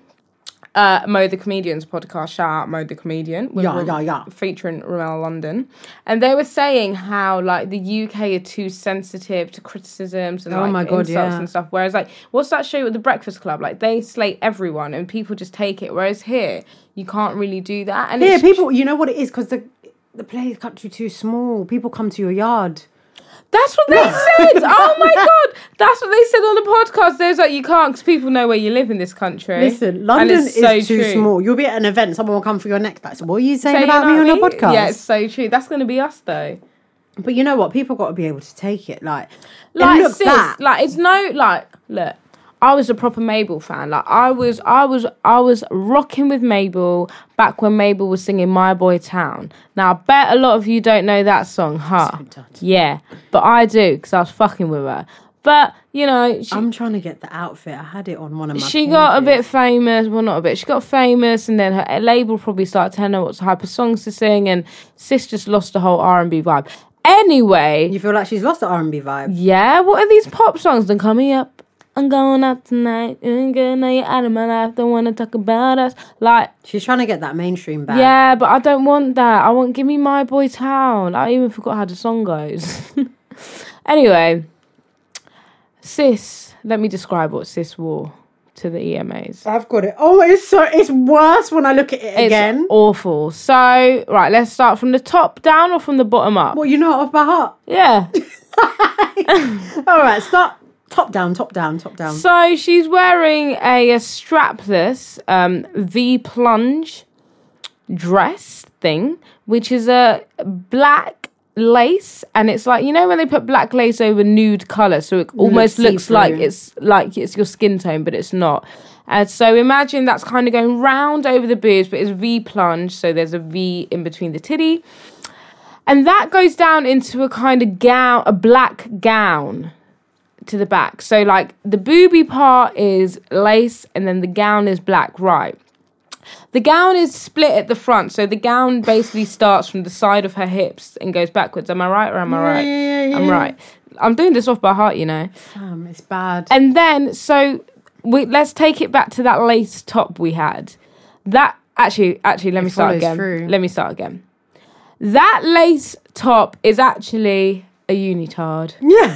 A: uh, Mo the Comedian's podcast. Shout out Mo the Comedian, with
B: Yeah, yeah, yeah.
A: featuring Ramel London, and they were saying how like the UK are too sensitive to criticisms and
B: Oh
A: like
B: my God,
A: insults
B: yeah.
A: and stuff. Whereas like, what's that show with the Breakfast Club? Like they slate everyone and people just take it. Whereas here, you can't really do that. And
B: Yeah,
A: it's
B: people, you know what it is because the the place country too small. People come to your yard.
A: That's what they said. Oh my god, that's what they said on the podcast. They was like, you can't because people know where you live in this country.
B: Listen,
A: And
B: London
A: it's
B: is
A: so
B: too
A: true.
B: small. You'll be at an event, someone will come for your neck. That's what are you saying
A: So you
B: about
A: know
B: me on
A: what I
B: your
A: mean?
B: podcast?
A: Yeah, it's so true. That's going to be us though.
B: But you know what? People got to be able to take it. Like,
A: Like,
B: like look
A: sis,
B: back.
A: like it's no like look. I was a proper Mabel fan. Like I was, I was, I was rocking with Mabel back when Mabel was singing "My Boy Town." Now I bet a lot of you don't know that song, huh? Yeah, but I do because I was fucking with her. But you know, she,
B: I'm trying to get the outfit. I had it on one of my.
A: she got a bit
B: pages.
A: famous. Well, not a bit. She got famous, and then her label probably started telling her what type of songs to sing, and sis just lost the whole R and B vibe. Anyway,
B: You feel like she's lost the R&B vibe.
A: yeah, what are these pop songs? Then coming up, I'm going out tonight. You ain't good now. You're out of my life. Don't wanna talk about us. Like,
B: She's trying to get that mainstream back.
A: yeah, but I don't want that. I want give me my boy town. I even forgot how the song goes. anyway, sis, let me describe what sis wore to the E EMAs.
B: I've got it. Oh, it's so it's worse when I look at it again.
A: It's awful. So, right, let's start from the top down or from the bottom up?
B: Well, you know it off by heart.
A: Yeah.
B: All right, start top down, top down, top down.
A: so she's wearing a, a strapless um, V plunge dress thing, which is a black lace and it's like you know when they put black lace over nude color so it almost looks
B: see-through.
A: like it's like it's your skin tone but it's not and so imagine that's kind of going round over the boobs but it's v plunge so there's a v in between the titty and that goes down into a kind of gown a black gown to the back so like the booby part is lace and then the gown is black right The gown is split at the front, so the gown basically starts from the side of her hips and goes backwards. Am I right or am I right? I'm right. I'm doing this off by heart, you know.
B: Damn, it's bad.
A: And then, so we let's take it back to that lace top we had. That actually, actually, let me start
B: follows
A: again.
B: through.
A: Let me start again. That lace top is actually a unitard.
B: yeah.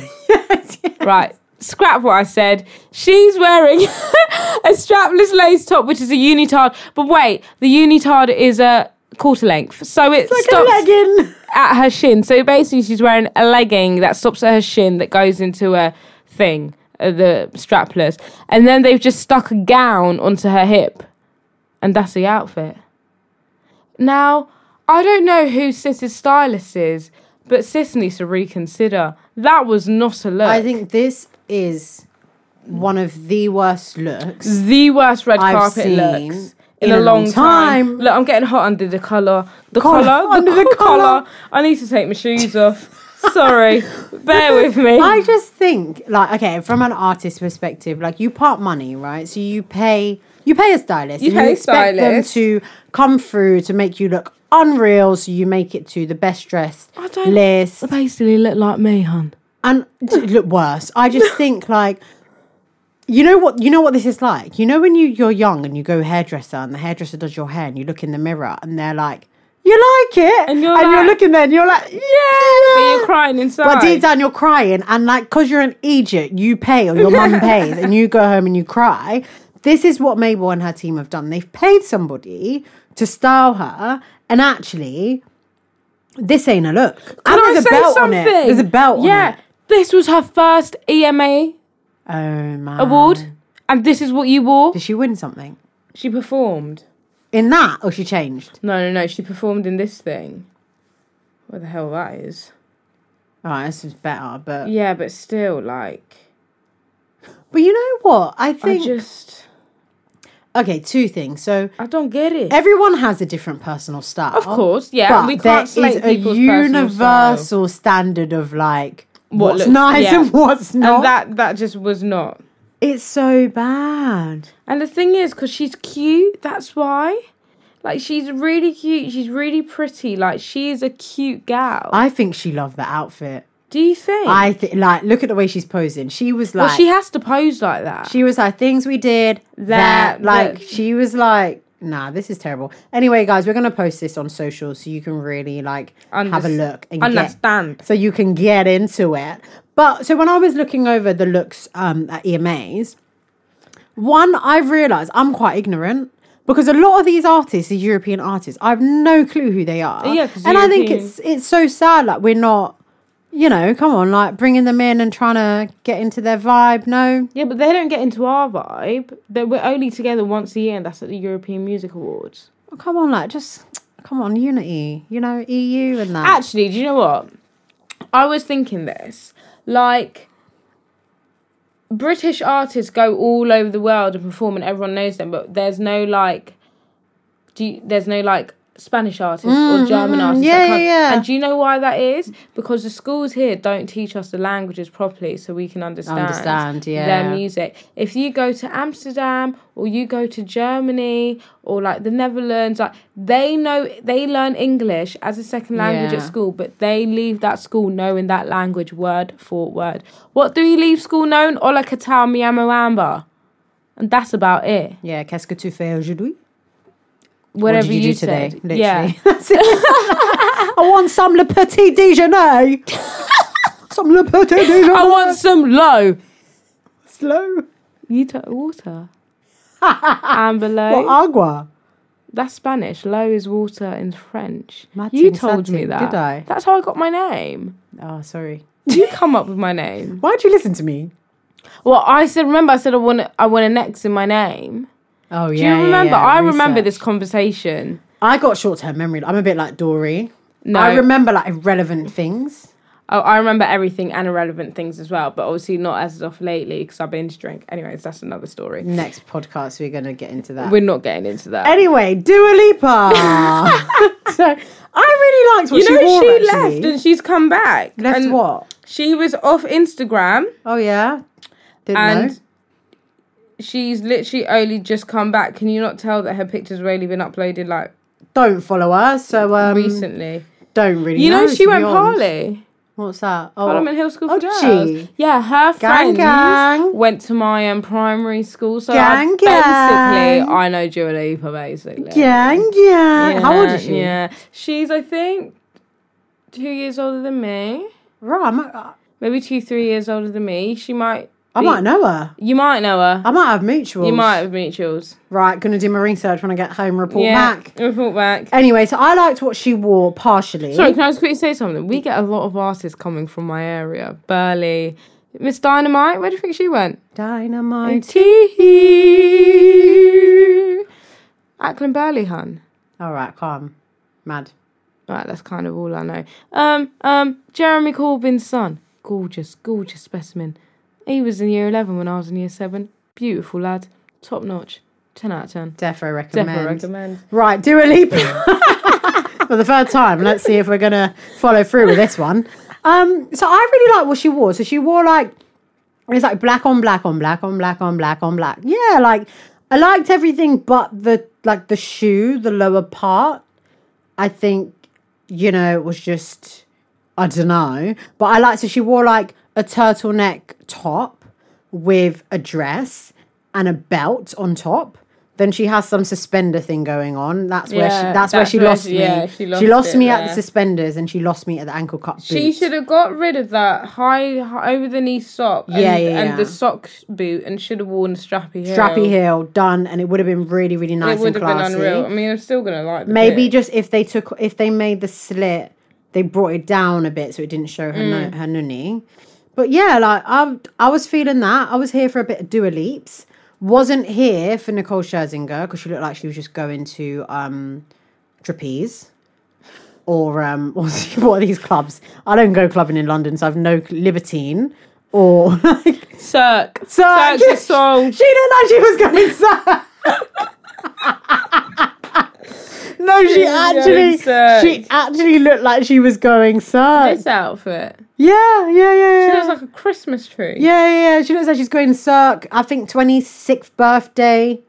A: Right. Scrap what I said. She's wearing a strapless lace top, which is a unitard. But wait, the unitard is a quarter length, so it
B: Like
A: stops
B: a legging.
A: at her shin. So basically, she's wearing a legging that stops at her shin that goes into a thing, uh, the strapless, and then they've just stuck a gown onto her hip, and that's the outfit. Now, I don't know who Sis's stylist is, but Sis needs to reconsider. That was not a look.
B: I think this is one of the worst looks.
A: the worst red
B: I've
A: carpet
B: seen
A: looks in,
B: in
A: a,
B: a
A: long
B: long
A: time.
B: time.
A: Look, I'm getting hot under the collar. The
B: Collar,
A: collar,
B: under
A: the
B: the
A: collar.
B: collar.
A: I need to take my shoes off. Sorry, bear with me.
B: I just think, like, okay, from an artist perspective, like you part money, right? So you pay, you pay a stylist.
A: You
B: and
A: pay a
B: expect
A: stylist.
B: them to come through to make you look unreal, so you make it to the best dressed list.
A: basically look like me, hun.
B: and d- look worse. I just think like you know what you know what this is like. You know when you you're young and you go hairdresser and the hairdresser does your hair and you look in the mirror and they're like, "You like it,"
A: And you're like-
B: looking there and you're like, "Yeah,"
A: But you're crying inside.
B: But deep down you're crying and like because you're an idiot, you pay or your mum pays and you go home and you cry. This is what Mabel and her team have done. They've paid somebody to style her, and actually, this ain't a look.
A: Can
B: and
A: I
B: there's a
A: say
B: belt
A: something?
B: on it. There's a belt
A: Yeah,
B: on it.
A: this was her first EMA
B: Oh my!
A: award, and this is what you wore.
B: Did she win something
A: She performed.
B: in that, or she changed?
A: No, no, no. She performed in this thing. What the hell that is?
B: All right, this is better, but
A: Yeah, but still, like,
B: but you know what? I
A: I
B: think
A: just.
B: okay, two things. So
A: I don't get it.
B: everyone has a different personal style,
A: Of course, yeah,
B: But
A: we can't
B: there is
A: slate
B: a
A: people's personal
B: universal standard of like
A: What
B: what's
A: looks-
B: nice
A: yeah.
B: and what's not.
A: and that that just was not.
B: it's so bad.
A: And the thing is, because she's cute, that's why. Like she's really cute. She's really pretty. Like she is a cute gal.
B: I think she loved that outfit.
A: Do you think?
B: I think like look at the way she's posing. She was like
A: well, she has to pose like that.
B: She was like, things we did
A: That-
B: that, like,
A: that-
B: she was like, nah, this is terrible. Anyway, guys, we're gonna post this on social so you can really like have a
A: Unders-
B: look and
A: understand.
B: get, so you can get into it. But so when I was looking over the looks um, at EMAs, one I've realised I'm quite ignorant. Because a lot of these artists are European artists. I have no clue who they are.
A: Yeah, 'cause
B: and I think
A: European-
B: it's it's so sad. Like we're not, you know, come on, like bringing them in and trying to get into their vibe. No,
A: yeah, but they don't get into our vibe. That we're only together once a year, and that's at the European Music Awards.
B: Well, Oh, come on, like, just come on, unity, you know, EU and that.
A: Actually, do you know what? I was thinking this. Like, British artists go all over the world and perform, and everyone knows them. But there's no like, do you, there's no like Spanish artists or German artists. that
B: Mm, Yeah,
A: come-
B: yeah, yeah.
A: And do you know why that is? Because the schools here don't teach us the languages properly, so we can understand
B: Understand,
A: their
B: yeah.
A: music. If you go to Amsterdam or you go to Germany or like the Netherlands, like they know they learn English as a second language at
B: Yeah.
A: school, but they leave that school knowing that language word for word. What do we leave school knowing? Ola Katao Miamo Amba. And that's about it.
B: yeah, qu'est-ce que tu fais aujourd'hui?
A: Whatever
B: what did you, do today?
A: said.
B: Literally,
A: Yeah.
B: that's it. I want some le petit déjeuner. some le petit déjeuner.
A: I want some low.
B: slow.
A: You took water. Amber low.
B: What agua?
A: That's Spanish. Low is water in French.
B: Martin
A: you told me
B: Satin,
A: that.
B: did I?
A: That's how I got my name.
B: Oh, sorry.
A: You come up with my name.
B: Why'd you listen to me?
A: Well, I said. Remember, I said I want. I want an X in my name.
B: Oh
A: Do
B: yeah.
A: you remember? I remember
B: Research.
A: this conversation.
B: I got short-term memory. I'm a bit like Dory.
A: No,
B: I remember like irrelevant things.
A: Oh, I remember everything and irrelevant things as well, but obviously not as of lately because I've been to drink. Anyways, that's another story.
B: Next podcast, we're gonna get into that.
A: We're not getting into that.
B: Anyway, Dua Lipa. so I really liked what
A: you know,
B: she
A: she,
B: wore.
A: left
B: actually.
A: and she's come back.
B: Left
A: and
B: what?
A: She was off Instagram
B: Oh yeah, didn't
A: and
B: know.
A: she's literally only just come back. Can you not tell that her pictures have only been uploaded like
B: Don't follow her, so um,
A: recently?
B: don't really.
A: You know,
B: know,
A: she
B: to be
A: went
B: honest.
A: Parley.
B: What's that? Oh,
A: Parliament Hill School for
B: oh,
A: Girls.
B: gee.
A: Yeah, her
B: Gang,
A: friends
B: gang.
A: went to my um, primary school, so I,
B: Gang,
A: basically
B: gang.
A: I know Dua Lipa basically.
B: Gang, gang. How old is
A: Yeah,
B: she?
A: Yeah, she's I think two years older than me,
B: Right, I might,
A: maybe two, three years older than me. She might.
B: I might know Oh. her.
A: You might know her.
B: I might have mutuals.
A: you might have mutuals.
B: Right, gonna do my research when I get home. Report back.
A: report back.
B: Anyway, so I liked what she wore partially.
A: Sorry, can I just quickly say something? We get a lot of artists coming from my area. Burley, Miss Dynamite. Where do you think she went?
B: Dynamite.
A: Tee. Ackland Burley, hun.
B: All right, calm. Mad.
A: Right, that's kind of all I know. Um, um, Jeremy Corbyn's son. Gorgeous, gorgeous specimen. He was in year 11 when I was in year 7. Beautiful lad. Top notch. 10 out of 10.
B: Defo recommend.
A: Definitely recommend.
B: Right, Dua Lipa. For the third time, let's see if we're gonna follow through with this one. Um, so I really like what she wore. So she wore like it's like black on black on black on black on black on black. Yeah, like I liked everything but the like the shoe, the lower part. I think you know it was just I don't know, but I liked so she wore like a turtleneck top with a dress and a belt on top. Then she has some suspender thing going on. That's where she,
A: Yeah,
B: that's, where
A: that's
B: she
A: where
B: lost
A: she-
B: me.
A: yeah, she
B: she lost,
A: lost it
B: me at the
A: there.
B: suspenders and she lost me at the ankle cut.
A: She should have got rid of that high, high over the knee sock and,
B: Yeah, yeah,
A: and the
B: yeah.
A: sock boot and should have worn strappy heel.
B: strappy heel done, and it would have been really really nice.
A: It would
B: and
A: have been
B: classy.
A: unreal. Mm, I mean, I'm still going to like the
B: Maybe
A: pic.
B: just if they took if they made the slit, they brought it down a bit so it didn't show her
A: Mm.
B: nu- her nunny. But yeah, like I I was feeling that. I was here for a bit of Dua Leaps. Wasn't here for Nicole Scherzinger because she looked like she was just going to um trapeze. Or um, what's- what are these clubs? I don't go clubbing in London, so I've no cl- libertine or like
A: Cirque.
B: Cirque.
A: Cirque's soul.
B: She didn't know she was going Cirque. no, she
A: was
B: actually
A: going Cirque.
B: she actually looked like she was going Cirque.
A: This outfit.
B: Yeah, yeah, yeah,
A: It
B: yeah.
A: looks like a Christmas tree.
B: yeah, yeah, yeah. She looks like she's going Cirque. I think twenty sixth birthday.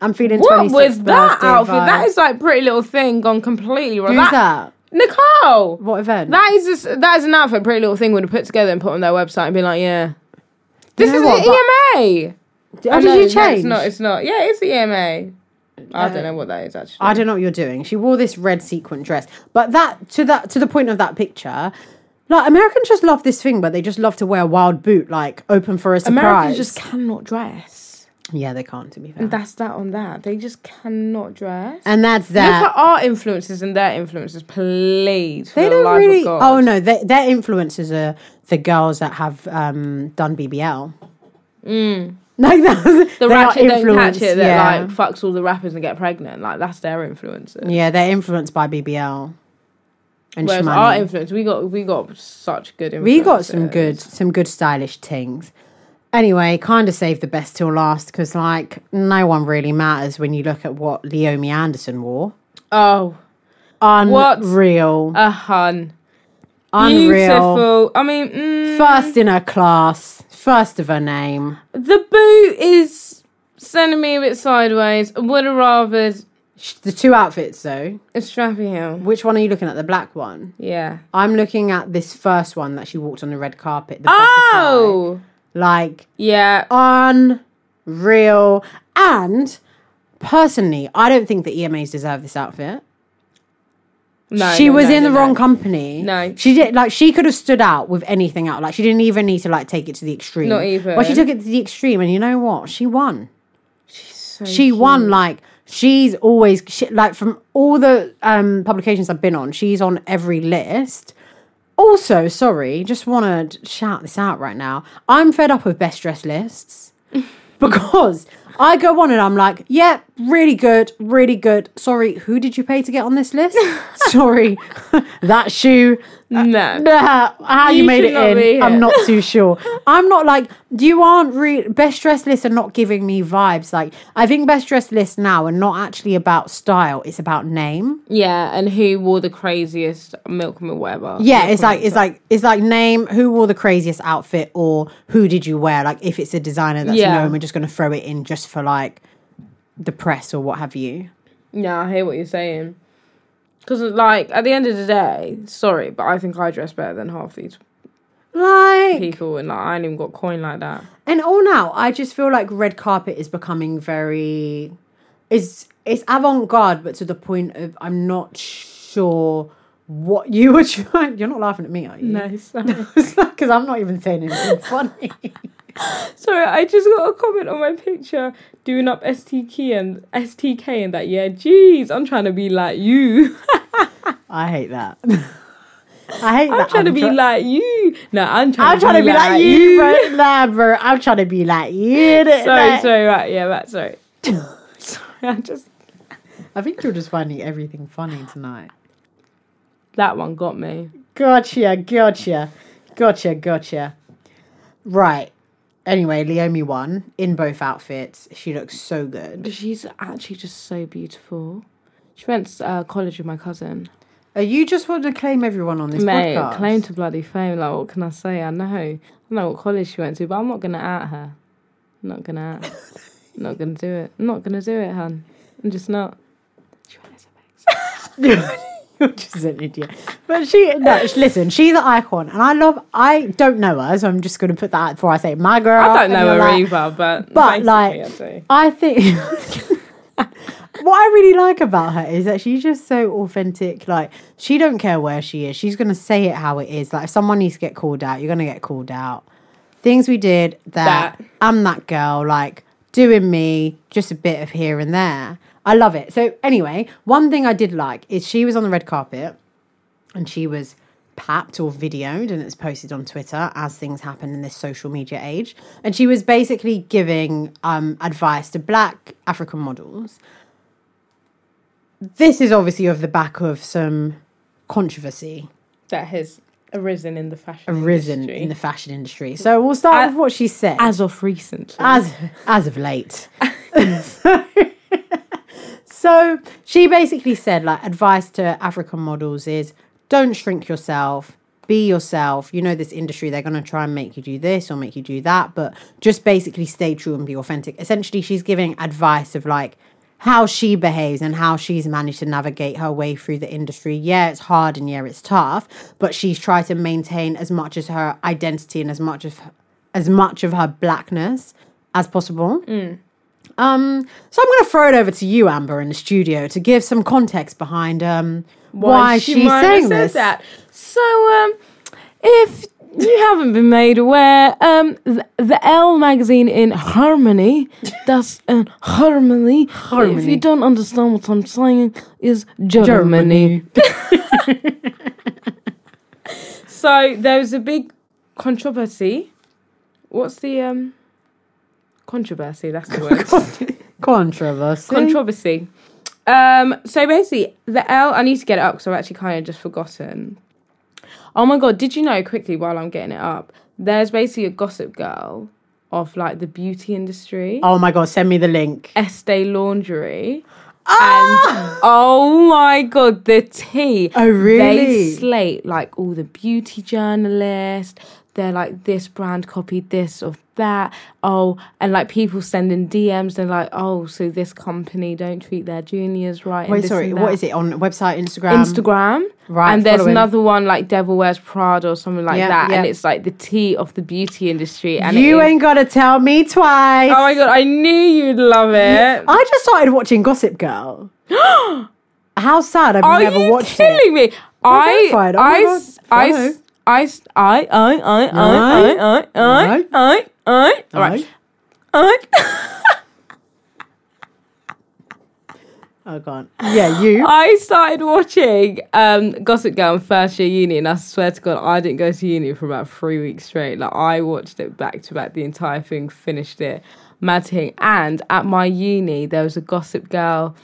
B: I'm feeling
A: What
B: 26th
A: was that
B: birthday
A: outfit?
B: vibes.
A: That is like Pretty Little Thing gone completely wrong.
B: who's that?
A: Nicole.
B: What event?
A: That is just, that is an outfit Pretty Little Thing would have put together and put on their website and been like, yeah, this
B: know
A: is
B: what,
A: the
B: but-
A: EMA.
B: oh,
A: Oh,
B: did
A: no,
B: you
A: no,
B: change?
A: It's not. It's not. Yeah, it's the EMA. I don't know what that is actually.
B: I don't know what you're doing. She wore this red sequin dress, but that to that to the point of that picture, like Americans just love this thing, but they just love to wear a wild boot, like open for a surprise.
A: Americans just cannot dress.
B: yeah, they can't to be fair.
A: That's that on that. They just cannot dress.
B: and that's
A: Look at
B: that.
A: our influences and their influences, please. For
B: They
A: the
B: don't
A: life
B: really.
A: Of God.
B: Oh no, they, their influences are the girls that have um, done BBL. Mm. Like that's
A: Mm. the
B: they are
A: ratchet don't catch
B: influenced,
A: it that
B: yeah.
A: like fucks all the rappers and get pregnant. Like that's their influences.
B: yeah, they're influenced by BBL. And
A: Whereas
B: Shmoney.
A: our influence, we got we got such good.
B: We got some good, some good stylish things. Anyway, kind of saved the best till last because, like, no one really matters when you look at what Leomi Anderson wore.
A: Oh,
B: Unreal,
A: a hun.
B: unreal.
A: Beautiful. I mean, mm,
B: First in her class, first of her name.
A: the boot is sending me a bit sideways. I Would have rather
B: Sh- The two outfits, though.
A: a strappy heel.
B: Which one are you looking at? The black one.
A: Yeah.
B: I'm looking at this first one that she walked on the red carpet. The butterfly.
A: Oh,
B: like
A: yeah.
B: Oh, unreal. And personally, I don't think the EMAs deserve this outfit.
A: No,
B: she
A: no,
B: was
A: no,
B: in
A: no,
B: the
A: no.
B: wrong company.
A: No.
B: she did. Like she could have stood out with anything out. Like she didn't even need to like take it to the extreme.
A: Not even.
B: Well, she took it to the extreme, and you know what? She won. She's so. She won. Like she's always she, like from all the um publications I've been on, she's on every list. Also, sorry, just want to shout this out right now. I'm fed up with best dress lists because I go on and I'm like, yeah, really good, really good. Sorry, who did you pay to get on this list? Sorry, that shoe.
A: No.
B: Nah, how you,
A: You
B: made
A: should
B: it
A: not be
B: in,
A: here.
B: I'm not too sure. I'm not like you aren't re- best dressed lists are not giving me vibes. Like I think best dressed lists now are not actually about style; it's about name.
A: Yeah, and who wore the craziest milkman or whatever?
B: Yeah, it's like it's like it's like name who wore the craziest outfit or who did you wear? Like if it's a designer that's
A: Yeah.
B: known, we're just gonna throw it in just for like the press or what have you.
A: Yeah, I hear what you're saying. Because, like, at the end of the day, sorry, but I think I dress better than half these
B: Like
A: people, and like, I ain't even got coin like that.
B: and all now, I just feel like red carpet is becoming very it's it's avant garde, but to the point of I'm not sure what you were trying. You're not laughing at me, are you?
A: sorry.
B: because I'm not even saying anything funny.
A: sorry, I just got a comment on my picture doing up STK and STK and that. Yeah, jeez, I'm trying to be like you.
B: I hate that. I hate that.
A: I'm trying to be
B: try-
A: like you. No, I'm trying,
B: I'm
A: to, be, like, you.
B: bro. Nah, bro. I'm trying to be like you.
A: Sorry,
B: like-
A: sorry, right, yeah, right, sorry. sorry, I just
B: I think you're just finding everything funny tonight.
A: that one got me.
B: Gotcha, gotcha, gotcha, gotcha. Right. Anyway, Leomi won in both outfits. She looks so good.
A: She's actually just so beautiful. She went to uh, college with my cousin.
B: Are you just wanting to claim everyone on this
A: Mate,
B: podcast?
A: claim to bloody fame. Like, what can I say? I know. I know what college she went to, but I'm not going to at her. I'm not going to at her. I'm not going to do it. I'm not going to do it, hun. I'm just not. She went to SFX.
B: You're just an idiot. But she, no, sh- listen, she's an icon, and I love. I don't know her, so I'm just going to put that out before I say my girl.
A: I don't
B: and
A: know
B: you're
A: her
B: like,
A: either, but.
B: But
A: basically
B: like,
A: I do.
B: I think what I really like about her is that she's just so authentic. Like, she don't care where she is. She's gonna say it how it is. Like, if someone needs to get called out, you're gonna get called out. Things we did that,
A: That.
B: I'm that girl. Like doing me, just a bit of here and there. I love it. So anyway, one thing I did like is she was on the red carpet and she was papped or videoed and it's posted on twitter as things happen in this social media age and she was basically giving um, advice to black african models this is obviously off the back of some controversy
A: That has arisen in the fashion.
B: arisen
A: industry.
B: in the fashion industry so we'll start
A: As-
B: with what she said
A: As of recently.
B: as as of late. so she basically said like advice to African models is don't shrink yourself, be yourself. You know this industry they're going to try and make you do this or make you do that, but just basically stay true and be authentic. Essentially she's giving advice of like how she behaves and how she's managed to navigate her way through the industry. Yeah, it's hard and yeah, it's tough, but she's tried to maintain as much as her identity and as much of as much of her blackness as possible.
A: Mm.
B: Um, so I'm going to throw it over to you, Amber, in the studio to give some context behind um, why, she's
A: might have
B: saying
A: said
B: this.
A: That. So, um, if you haven't been made aware, um, th- the L magazine in Harmony, that's in Harmony. If
B: Harmony.
A: you don't understand what I'm saying, is Germany. so there was a big controversy. What's the um controversy? That's the word.
B: Controversy.
A: controversy. Um, so basically, the L. I need to get it up because I've actually kind of just forgotten. Oh my god! Did you know quickly while I'm getting it up? There's basically a Gossip Girl of like the beauty industry,
B: oh my god, send me the link.
A: Estee Laundry, and oh my god, the tea.
B: Ah! Oh, really?
A: They slate like all the beauty journalists. They're like this brand copied this of that. Oh, and like people sending DMs. They're like, oh, so this company don't treat their juniors right.
B: Wait, sorry, what is it on website, Instagram?
A: Instagram.
B: Right,
A: And there's
B: following.
A: another one like Devil Wears Prada or something like
B: Yeah,
A: that. And
B: yeah.
A: it's like the tea of the beauty industry. And
B: You
A: it is-
B: ain't gotta tell me twice.
A: Oh my god, I knew you'd love it.
B: I just started watching Gossip Girl. How sad I've
A: Are
B: never
A: you
B: watched it.
A: kidding me? I,
B: verified. Oh my
A: I,
B: God,
A: s- I,
B: follow.
A: s- I, s- I, I, I, I, I, I,
B: Right.
A: I, I, I,
B: Right.
A: right, I,
B: Oh god. Yeah, you.
A: I started watching um, Gossip Girl in first year uni, and I swear to God, I didn't go to uni for about three weeks straight. Like I watched it back to back, the entire thing, finished it. mad thing. And at my uni, there was a Gossip Girl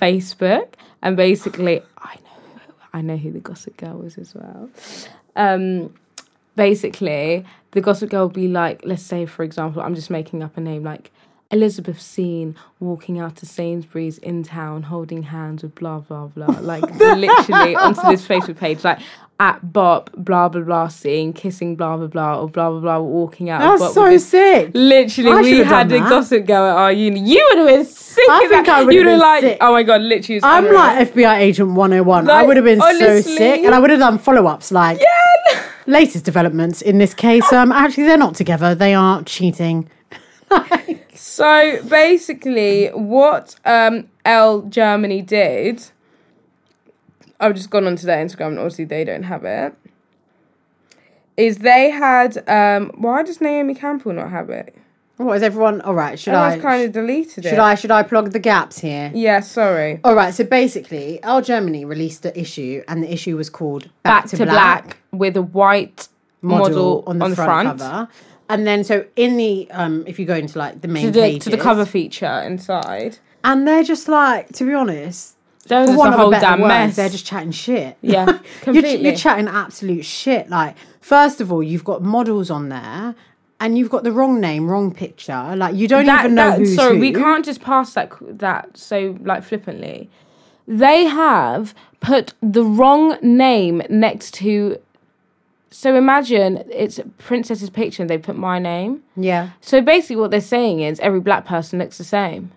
A: Facebook, and basically, I know, I know who the Gossip Girl was as well. Um, basically, the Gossip Girl would be like, let's say, for example, I'm just making up a name, like Elizabeth seen walking out to Sainsbury's in town, holding hands with blah blah blah, like literally onto this Facebook page, like at Bob blah blah blah, seeing kissing blah blah blah, or blah blah blah, walking out. of
B: That's
A: Bop with
B: so
A: this-
B: sick.
A: Literally,
B: I
A: we
B: should've
A: had a
B: done that.
A: Gossip Girl at our uni. You would have been sick.
B: I
A: as
B: think
A: hell.
B: I would've
A: You'd
B: been
A: like,
B: sick.
A: oh my god, literally. it's
B: I'm
A: unreal.
B: like FBI agent 101. I
A: Like,
B: would have been so
A: honestly.
B: sick, and I would have done follow ups like latest developments in this case. Um, actually, they're not together; they are cheating.
A: So basically, what um, L Germany did, I've just gone onto their Instagram and obviously they don't have it. Is they had um, why does Naomi Campbell not have it?
B: What is everyone? All right, should I?
A: I've kind of deleted it.
B: should I? Should I plug the gaps here?
A: Yeah, sorry.
B: All right. So basically, L Germany released an issue, and the issue was called
A: Back, to, black. with a white model,
B: on the front, cover. And then, so in the um, if you go into like the main
A: to the, to the
B: pages-
A: cover feature inside.
B: and they're just like, to be honest,
A: Those
B: for
A: are
B: want
A: the
B: of a
A: whole
B: better
A: damn
B: word,
A: mess.
B: They're just chatting shit.
A: Yeah,
B: You're-
A: completely.
B: You're, chatting absolute shit. Like, first of all, you've got models on there, and you've got the wrong name, wrong picture. Like, you don't even know who's
A: sorry,
B: who.
A: we can't just pass that that so like flippantly. They have put the wrong name next to. So imagine it's Princess's picture and they put my name.
B: Yeah,
A: So basically, what they're saying is every black person looks the same,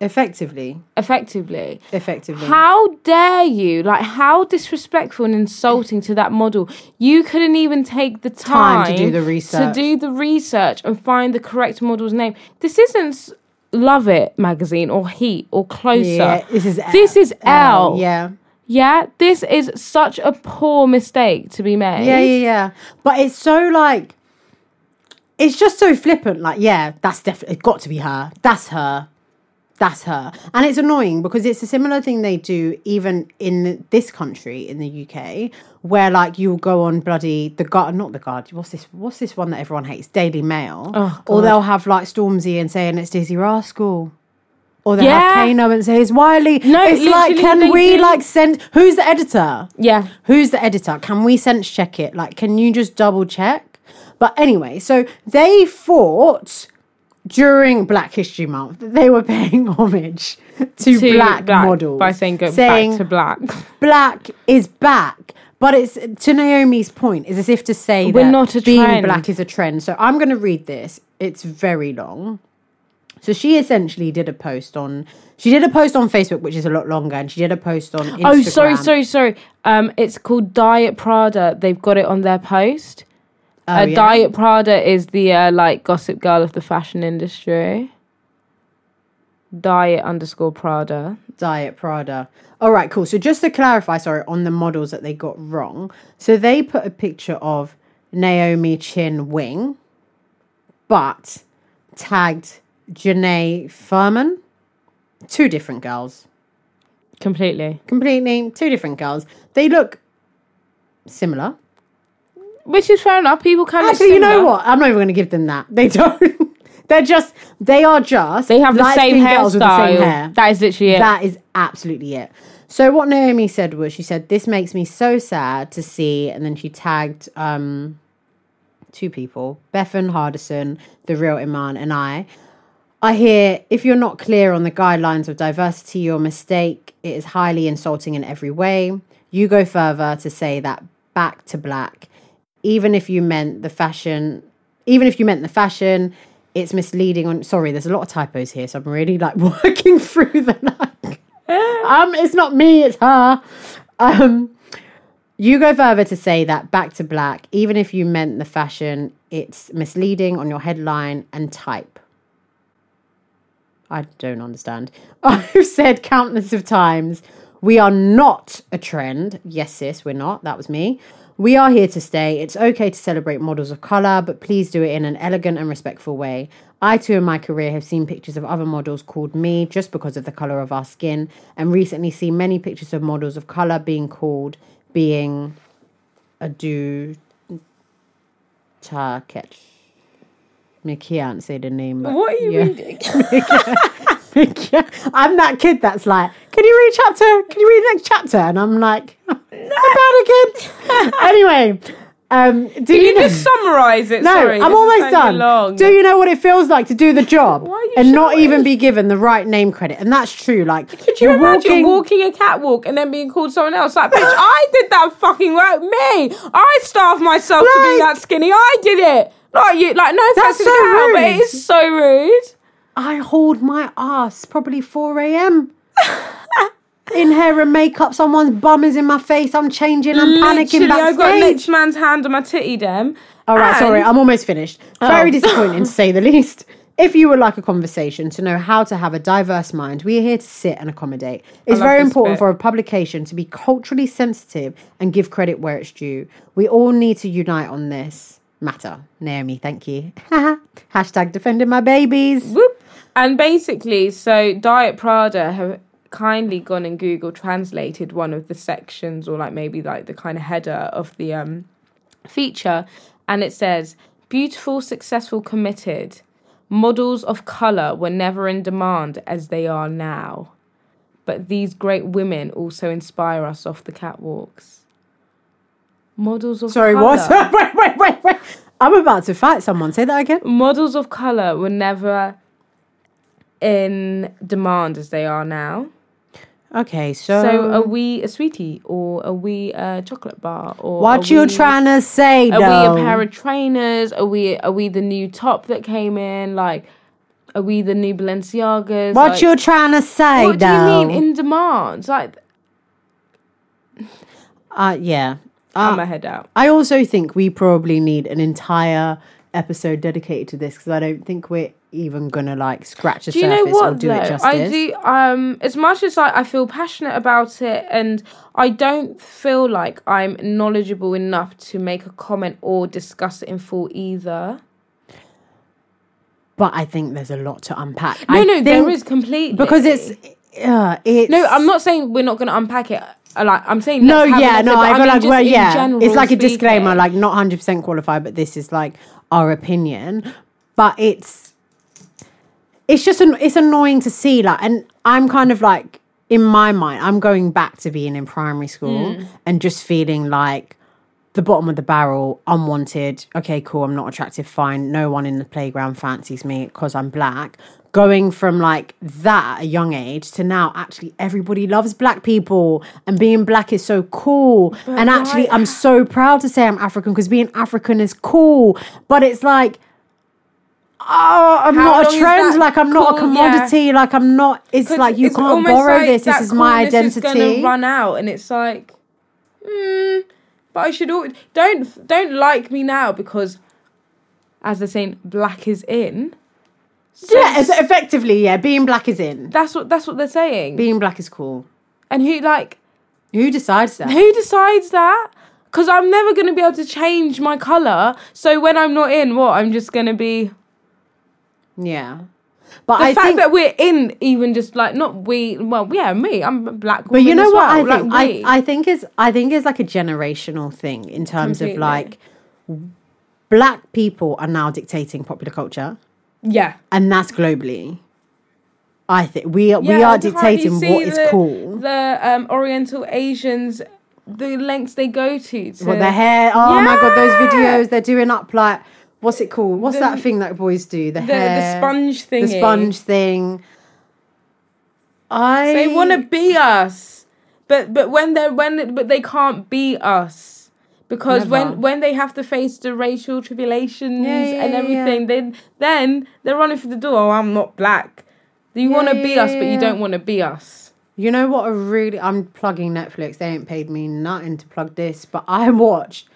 B: effectively,
A: effectively.
B: effectively.
A: How dare you? Like, how disrespectful and insulting to that model. You couldn't even take the time,
B: Time to do the
A: To
B: research.
A: do the research and find the correct model's name. This isn't s- Love It magazine or Heat or Closer.
B: Yeah, this is L.
A: This is L.
B: Yeah.
A: Yeah, this is such a poor mistake to be made.
B: Yeah, yeah, yeah. But it's so like, it's just so flippant. Like, yeah, that's definitely got to be her. That's her. That's her. And it's annoying because it's a similar thing they do even in this country, in the UK, where like you'll go on bloody the guard, not the guard. What's this? What's this one that everyone hates? Daily Mail.
A: Oh,
B: or they'll have like Stormzy and saying it's Dizzy Rascal. Or they will have
A: Yeah.
B: Kano and say it's Wiley.
A: No,
B: it's like,
A: literally
B: can
A: they
B: we
A: do.
B: like send? Who's the editor?
A: Yeah.
B: Who's the editor? Can we sense check it? Like, can you just double check? But anyway, so they fought during Black History Month. They were paying homage to,
A: To
B: black, models
A: By saying go back to black.
B: black is back. But it's to Naomi's point, is as if to say
A: We're
B: that
A: not a
B: being
A: trend.
B: black is a trend. So I'm going to read this. It's very long. So she essentially did a post on she did a post on Facebook, which is a lot longer, and she did a post on Instagram.
A: Oh, sorry, sorry, sorry. Um, it's called Diet Prada. They've got it on their post.
B: Oh,
A: uh,
B: yeah.
A: Diet Prada is the uh, like gossip girl of the fashion industry. Diet underscore Prada.
B: Diet Prada. All right, cool. So just to clarify, sorry, on the models that they got wrong. So they put a picture of Naomi Chin Wing, but tagged Janae Furman. Two different girls.
A: Completely.
B: Completely two different girls. They look similar.
A: Which is fair enough. People can
B: Actually, you know what? I'm not even going to give them that. They don't. They're just. They are just.
A: They have the same
B: light-skinned
A: hairstyle.
B: girls with the same hair.
A: That is literally it.
B: That is absolutely it. So what Naomi said was, she said, "This makes me so sad to see," and then she tagged um, two people, Bethan Hardison, the real Iman, and I. I hear if you're not clear on the guidelines of diversity, your mistake. It is highly insulting in every way. You go further to say that back to black, even if you meant the fashion, even if you meant the fashion, it's misleading. On sorry, there's a lot of typos here, so I'm really like working through the like. um, it's not me, it's her. Um, you go further to say that back to black, even if you meant the fashion, it's misleading on your headline and type. I don't understand. I've said countless of times, we are not a trend. Yes, sis, we're not. That was me. We are here to stay. It's okay to celebrate models of colour, but please do it in an elegant and respectful way. I too, in my career, have seen pictures of other models called me just because of the colour of our skin, and recently seen many pictures of models of colour being called being a do ta catch. I can't say the name. but
A: What are you
B: yeah.
A: reading?
B: Yeah. I'm that kid that's like, can you read chapter? Can you read the next chapter? And I'm like, no. about again. anyway, um, do you,
A: You
B: know?
A: just summarise it.
B: no,
A: Sorry, this
B: I'm
A: is
B: almost
A: taking
B: done.
A: Long.
B: Do you know what it feels like to do the job
A: Why are you
B: and not
A: shouting?
B: even be given the right name credit? And that's true. Like,
A: Could you imagine walking a catwalk and then being called someone else? Like, bitch, I did that fucking work. Me, I starved myself to be
B: Like-
A: that skinny. I did it. Like you, like no offense
B: That's
A: to the
B: so
A: cow, but
B: rude.
A: it is so rude.
B: I hold my ass probably 4 a.m. in hair and makeup. Someone's bum is in my face. I'm changing. I'm panicking
A: Literally, I
B: backstage.
A: got next man's hand on my titty, dem.
B: All right, sorry,
A: And- Oh.
B: I'm almost finished. Very disappointing to say the least. If you would like a conversation to know how to have a diverse mind, we are here to sit and accommodate.
A: love
B: It's very
A: this
B: important
A: bit.
B: for a publication to be culturally sensitive and give credit where it's due. We all need to unite on this matter. Naomi, thank you. Hashtag defending my babies.
A: Whoop. And basically, so Diet Prada have kindly gone and Google translated one of the sections, or like maybe like the kind of header of the um, feature, and it says, "Beautiful, successful, committed." Models of colour were never in demand as they are now. But these great women also inspire us off the catwalks. Models of
B: Sorry,
A: colour.
B: what? wait, wait, wait, wait. I'm about to fight someone. Say that again.
A: models of color were never in demand as they are now.
B: Okay, so,
A: So are we a sweetie or are we a chocolate bar or
B: what
A: are
B: you
A: we-
B: trying to say,
A: Are
B: though?
A: we a pair of trainers? Are we are we the new top that came in? Like are we the new Balenciagas?
B: what
A: Like,
B: you trying to say,
A: What do you
B: though?
A: mean in demand? Like
B: uh, yeah.
A: I'm a head out.
B: I also think we probably need an entire episode dedicated to this because I don't think we're even gonna like scratch the
A: Do you
B: surface
A: know
B: or
A: what
B: do
A: though?
B: it justice.
A: I do um as much as like I feel passionate about it and I don't feel like I'm knowledgeable enough to make a comment or discuss it in full either.
B: but I think there's a lot to unpack.
A: No,
B: I
A: no, there
B: think-
A: is completely
B: because it's uh, it's
A: No, I'm not saying we're not gonna unpack it. I, Like I'm saying
B: No,
A: let's have
B: yeah,
A: an
B: no,
A: episode, but
B: I feel
A: mean
B: like
A: just
B: well,
A: in
B: yeah,
A: general
B: it's like a
A: speaking.
B: disclaimer, like not hundred percent qualified, but this is like our opinion. But it's it's just an, it's annoying to see, like, and I'm kind of like in my mind, I'm going back to being in primary school
A: Hmm.
B: and just feeling like the bottom of the barrel, unwanted. Okay, cool. I'm not attractive. Fine. No one in the playground fancies me because I'm black. Going from like that at a young age to now, actually, everybody loves black people, and being black is so cool. and actually,
A: why-
B: I'm so proud to say I'm African because being African is cool. But it's like, oh, I'm
A: How
B: not
A: long
B: a
A: is
B: trend.
A: that
B: Like I'm not a
A: cool? Yeah.
B: commodity. Like I'm not. It's like you
A: it's
B: can't
A: almost
B: borrow
A: like
B: this. This
A: that
B: is my
A: coolness
B: identity.
A: is gonna run out, and it's like, mm, but I should always don't don't like me now because, as they're saying, black is in. So
B: yeah, so effectively, yeah. Being black is in.
A: that's what that's what they're saying.
B: Being black is cool.
A: and who like
B: Who decides that?
A: who decides that? Because I'm never gonna be able to change my color. So when I'm not in, what I'm just gonna be.
B: Yeah. But
A: The
B: I
A: fact
B: think
A: that we're in, even just like not we, well, yeah, me, I'm a black.
B: but you know what
A: well.
B: I
A: like,
B: think
A: we.
B: I, I think is I think is like a generational thing in terms
A: Completely.
B: of like black people are now dictating popular culture
A: yeah.
B: and that's globally. I think we are we
A: Yeah,
B: are
A: and how do you
B: dictating
A: see
B: what is
A: the-
B: cool.
A: The um, Oriental Asians, the lengths they go to. to
B: What the hair oh my god, those
A: Yeah.
B: videos they're doing up like what's it called? What's
A: The-
B: that thing that boys do? The,
A: The, the
B: hair
A: sponge
B: the
A: thingy.
B: sponge thing. I
A: They want to be us, but but when they're when but they can't be us because
B: Never.
A: when when they have to face the racial tribulations
B: Yeah, yeah,
A: and
B: yeah, yeah.
A: everything, then then they're running for the door. Oh, I'm not black. You want to
B: yeah,
A: be
B: yeah,
A: us, but
B: yeah.
A: you don't want to be us.
B: You know what? I really I'm plugging Netflix. They ain't paid me nothing to plug this, but I watched.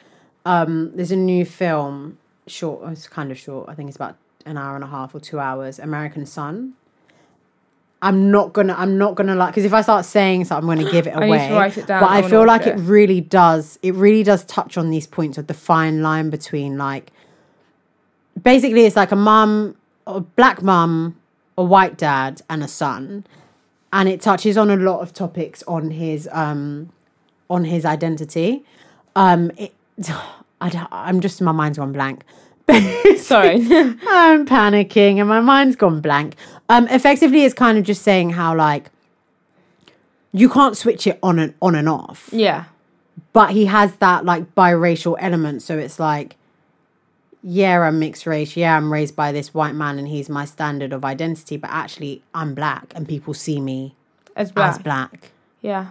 B: Um, there's a new film, short. It's kind of short. I think it's about an hour and a half or two hours. American Sun. I'm not gonna. I'm not gonna like because if I start saying something, I'm gonna give it
A: need
B: away.
A: to write it down.
B: But
A: I
B: I
A: wanna
B: feel
A: watch
B: like
A: it.
B: it really does. It really does touch on these points of the fine line between like basically it's like a mum, a black mum, a white dad, and a son, and it touches on a lot of topics on his um, on his identity. Um, it, I, am just my mind's gone blank,
A: Sorry.
B: I'm panicking and my mind's gone blank. Um, effectively, it's kind of just saying how like you can't switch it on and on and off,
A: yeah.
B: but he has that like biracial element, so it's like, yeah, I'm mixed race. Yeah, I'm raised by this white man, and he's my standard of identity. But actually, I'm black, and people see me
A: As black.
B: as black.
A: Yeah.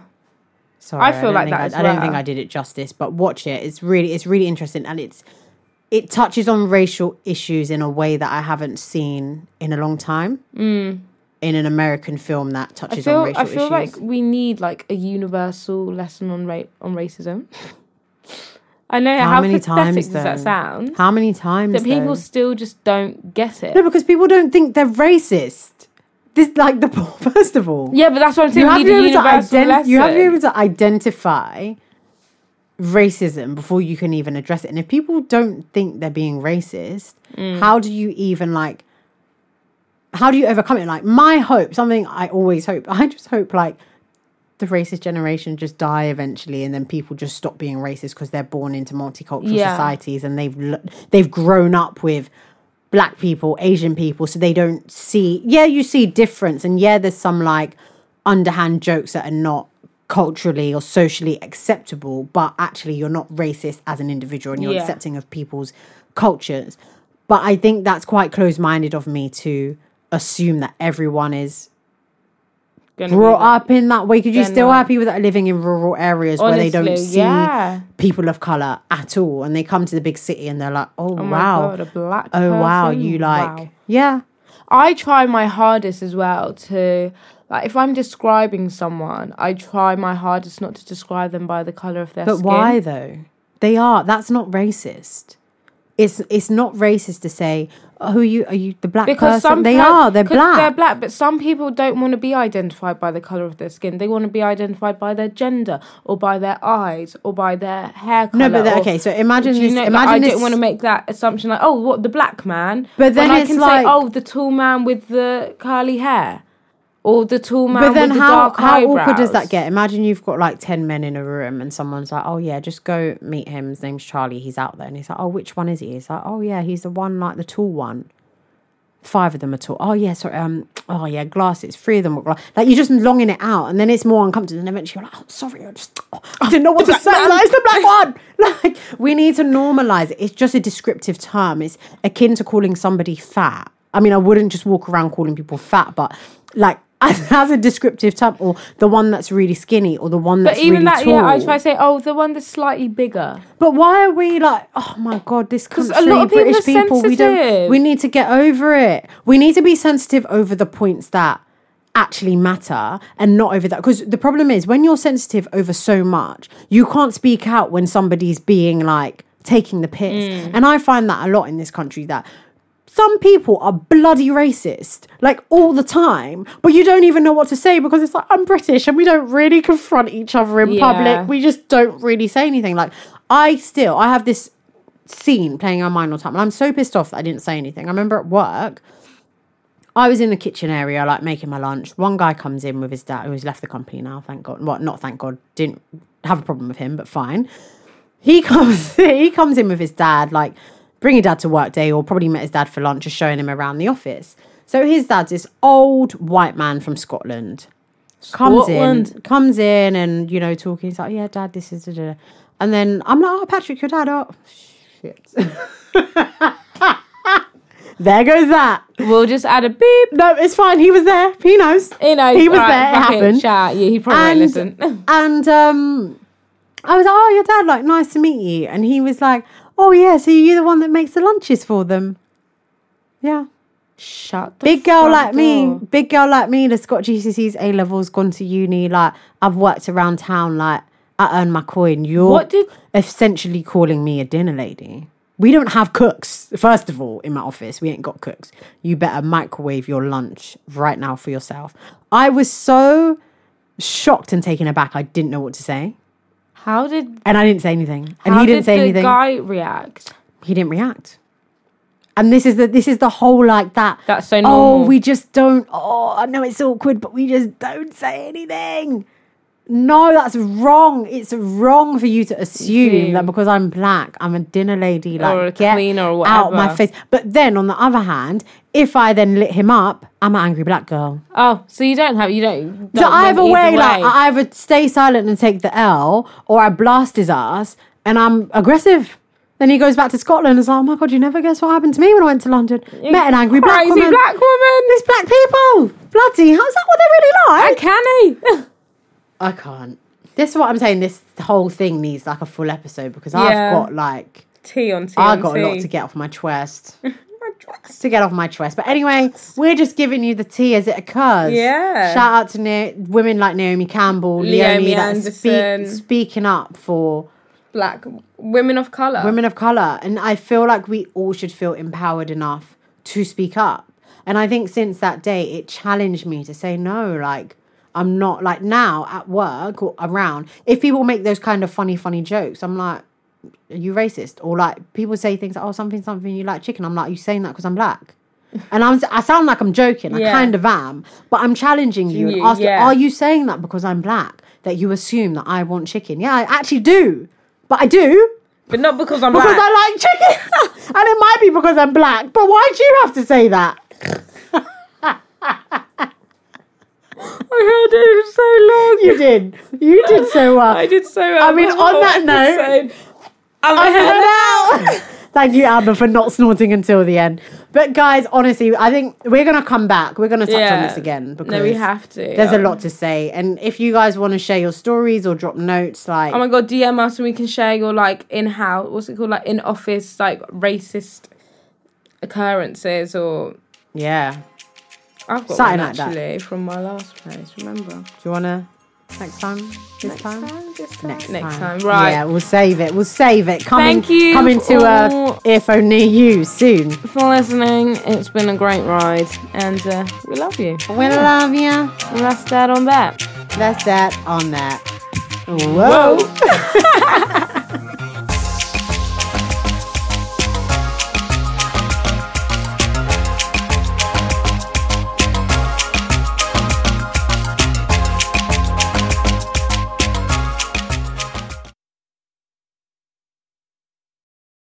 B: Sorry,
A: I feel
B: don't
A: like
B: think
A: that
B: I,
A: as
B: I don't think
A: well.
B: I did it justice, but watch it. It's really, it's really interesting, and it's it touches on racial issues in a way that I haven't seen in a long time in an American film that
A: Mm. I
B: touches on
A: feel
B: racial
A: I feel like
B: issues.
A: we need like a universal lesson on ra- on racism. I know how,
B: How many
A: pathetic
B: times
A: does that
B: though?
A: sound?
B: How many times
A: That people
B: though?
A: still just don't get it.
B: no, because people don't think they're racist. This like the first of all,
A: Yeah, but that's what I'm saying.
B: you
A: we
B: have,
A: need a
B: to be able to
A: universal
B: ident-
A: lesson.
B: you have to be able to identify racism before you can even address it. And if people don't think they're being racist,
A: Mm.
B: how do you even like how do you overcome it? Like my hope, something I always hope, I just hope like the racist generation just die eventually and then people just stop being racist because they're born into multicultural
A: Yeah.
B: societies and they've l- they've grown up with black people, Asian people, so they don't see. Yeah, you see difference, and yeah, there's some like underhand jokes that are not culturally or socially acceptable, but actually, you're not racist as an individual, and you're
A: Yeah.
B: accepting of people's cultures. But I think that's quite close-minded of me to assume that everyone is
A: Gonna be
B: brought
A: like-
B: up in that way because you're
A: They're
B: still
A: not.
B: have people that are living in rural areas where they don't
A: Honestly,
B: see
A: yeah.
B: people of color at all and they come to the big city and they're like oh,
A: Oh my
B: wow
A: God, a black
B: oh wow
A: person?
B: you like
A: Wow.
B: yeah
A: I try my hardest as well to like if I'm describing someone, I try my hardest not to describe them by the color of their
B: but
A: skin.
B: why though they are that's not racist it's it's not racist to say "Oh, who are you are you the black
A: Because
B: person
A: some
B: they
A: pe-
B: are they're
A: 'cause
B: black
A: They're black, but some people don't want to be identified by the color of their skin. They want to be identified by their gender or by their eyes or by their hair color.
B: No, but the-
A: or-
B: okay, so imagine
A: Do you
B: this-
A: know, like,
B: imagine
A: I
B: this-
A: don't want to make that assumption like, oh, what the black man?
B: But then
A: when
B: it's
A: I can
B: like-
A: say, oh, the tall man with the curly hair, or the tall man
B: but then
A: with
B: how
A: the dark
B: how awkward
A: eyebrows.
B: does that get? Imagine you've got like ten men in a room and someone's like, "Oh yeah, just go meet him. His name's Charlie. He's out there." And he's like, "Oh, which one is he?" He's like, "Oh yeah, he's the one like the tall one." Five of them are tall. Oh yeah, sorry. Um. Oh yeah, glasses. Three of them were glasses. Like you're just longing it out, and then it's more uncomfortable. And eventually you're like, "Oh, sorry, I just oh, I didn't know what to say." Like, it's the black one. Like we need to normalize it. It's just a descriptive term. It's akin to calling somebody fat. I mean, I wouldn't just walk around calling people fat, but like as a descriptive term, or the one that's really skinny, or the one
A: But
B: that's
A: even
B: really
A: that,
B: tall.
A: yeah, I try to say, oh, the one that's slightly bigger.
B: But why are we like, oh my god, this country,
A: a lot of people
B: British
A: are
B: people, we don't,
A: sensitive.
B: we need to get over it. We need to be sensitive over the points that actually matter and not over that. Because the problem is when you're sensitive over so much, you can't speak out when somebody's being like taking the piss.
A: Mm.
B: And I find that a lot in this country that some people are bloody racist, like all the time, but you don't even know what to say because it's like, I'm British and we don't really confront each other in
A: Yeah.
B: public. We just don't really say anything. Like, I still, I have this scene playing in my mind all the time. And I'm so pissed off that I didn't say anything. I remember at work, I was in the kitchen area, like making my lunch. One guy comes in with his dad, who's left the company now, thank God. Well, not thank God, didn't have a problem with him, but fine he comes he comes in with his dad like bring your dad to work day or probably met his dad for lunch just showing him around the office so his dad's this old white man from scotland comes in
A: Scotland.
B: comes in and you know talking he's like yeah dad this is da, da, da." and then i'm like oh patrick your dad oh shit there goes that
A: We'll just add a beep.
B: no it's fine he was there he knows
A: You know,
B: he was
A: all right,
B: there it
A: fuck
B: happened
A: shout. Yeah, he probably won't listen.
B: and um, I was like, oh, your dad, like, nice to meet you. And he was like, oh, yeah, so you're the one that makes the lunches for them. Yeah.
A: Shut the
B: Big girl
A: front
B: like me,
A: door.
B: big girl like me that's got GCSEs, A levels, gone to uni. Like, I've worked around town, like, I earn my coin. You're
A: What did-
B: essentially calling me a dinner lady. We don't have cooks, first of all, in my office. We ain't got cooks. You better microwave your lunch right now for yourself. I was so shocked and taken aback. I didn't know what to say.
A: How did
B: And I didn't say anything. And
A: how
B: he didn't
A: did
B: say
A: the
B: anything.
A: guy react?
B: he didn't react. And this is the this is the whole like that.
A: That's so
B: Oh,
A: normal.
B: we just don't. Oh, I know it's awkward, but we just don't say anything. No, that's wrong. It's wrong for you to assume
A: Assume.
B: that because I'm black, I'm a dinner lady. Like,
A: Or a
B: get
A: cleaner or
B: out my
A: whatever.
B: face. But then, on the other hand, if I then lit him up, I'm an angry black girl.
A: Oh, so you don't have you don't.
B: So
A: don't win
B: either way, like
A: way.
B: I either stay silent and take the L, or I blast his ass and I'm aggressive. Then he goes back to Scotland and is like, "Oh my god, you never guess what happened to me when I went to London? Met an angry black
A: crazy
B: woman.
A: black woman.
B: These black people, bloody, how's that what they really like?
A: Uncanny.
B: I can't. This is what I'm saying. This whole thing needs like a full episode because
A: Yeah.
B: I've got like
A: T on T.
B: I
A: on
B: got a
A: T.
B: lot to get off my chest. to get off my chest. But anyway, we're just giving you the tea as it occurs.
A: Yeah.
B: Shout out to Na- women like Naomi Campbell,
A: Leomi
B: Leomi, that are
A: Anderson.
B: speak, speaking up for
A: Black women of color.
B: women of color, and I feel like we all should feel empowered enough to speak up. And I think since that day, it challenged me to say no. Like I'm not like now at work or around. If people make those kind of funny, funny jokes, I'm like, are you racist? Or like people say things like, oh, something, something, you like chicken. I'm like, you saying that because I'm black. And I'm, I sound like I'm joking. I
A: Yeah.
B: kind of am, but I'm challenging you and
A: You-
B: asking,
A: yeah.
B: are you saying that because I'm black? That you assume that I want chicken? Yeah, I actually do, but I do
A: but not because I'm
B: because
A: black.
B: I like chicken, and it might be because I'm black. But why do you have to say that?
A: I heard it so long.
B: You did. You did so well.
A: I did so well.
B: I mean,
A: This
B: on that
A: whole
B: note,
A: episode. I'm
B: I'm
A: ahead.
B: gonna out. Thank you, Amber, for not snorting until the end. But guys, honestly, I think we're gonna come back. We're gonna touch on
A: Yeah.
B: this again because
A: No, we have to.
B: There's a lot to say, and if you guys want to share your stories or drop notes, like
A: Oh my god, DM us and we can share your like in house. What's it called? Like in office, like racist occurrences or
B: yeah, do
A: I've got
B: Something
A: one
B: like that.
A: actually from my last place. Remember
B: you wanna next time? This time? Next,
A: next time, right?
B: Yeah, we'll save it. We'll save it. Coming,
A: Thank you Oh.
B: coming to a
A: all.
B: earphone near you soon.
A: for listening. It's been a great ride, and uh, we love you.
B: We love you.
A: And that's that on that.
B: That's that on that. Whoa.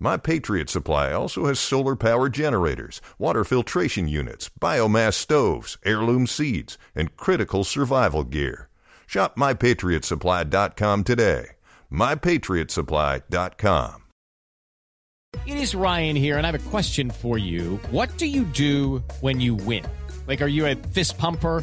E: My Patriot Supply also has solar power generators, water filtration units, biomass stoves, heirloom seeds, and critical survival gear. Shop mypatriotsupply.com today. mypatriotsupply.com.
F: It is Ryan here, and I have a question for you. What do you do when you win? Like, are you a fist pumper?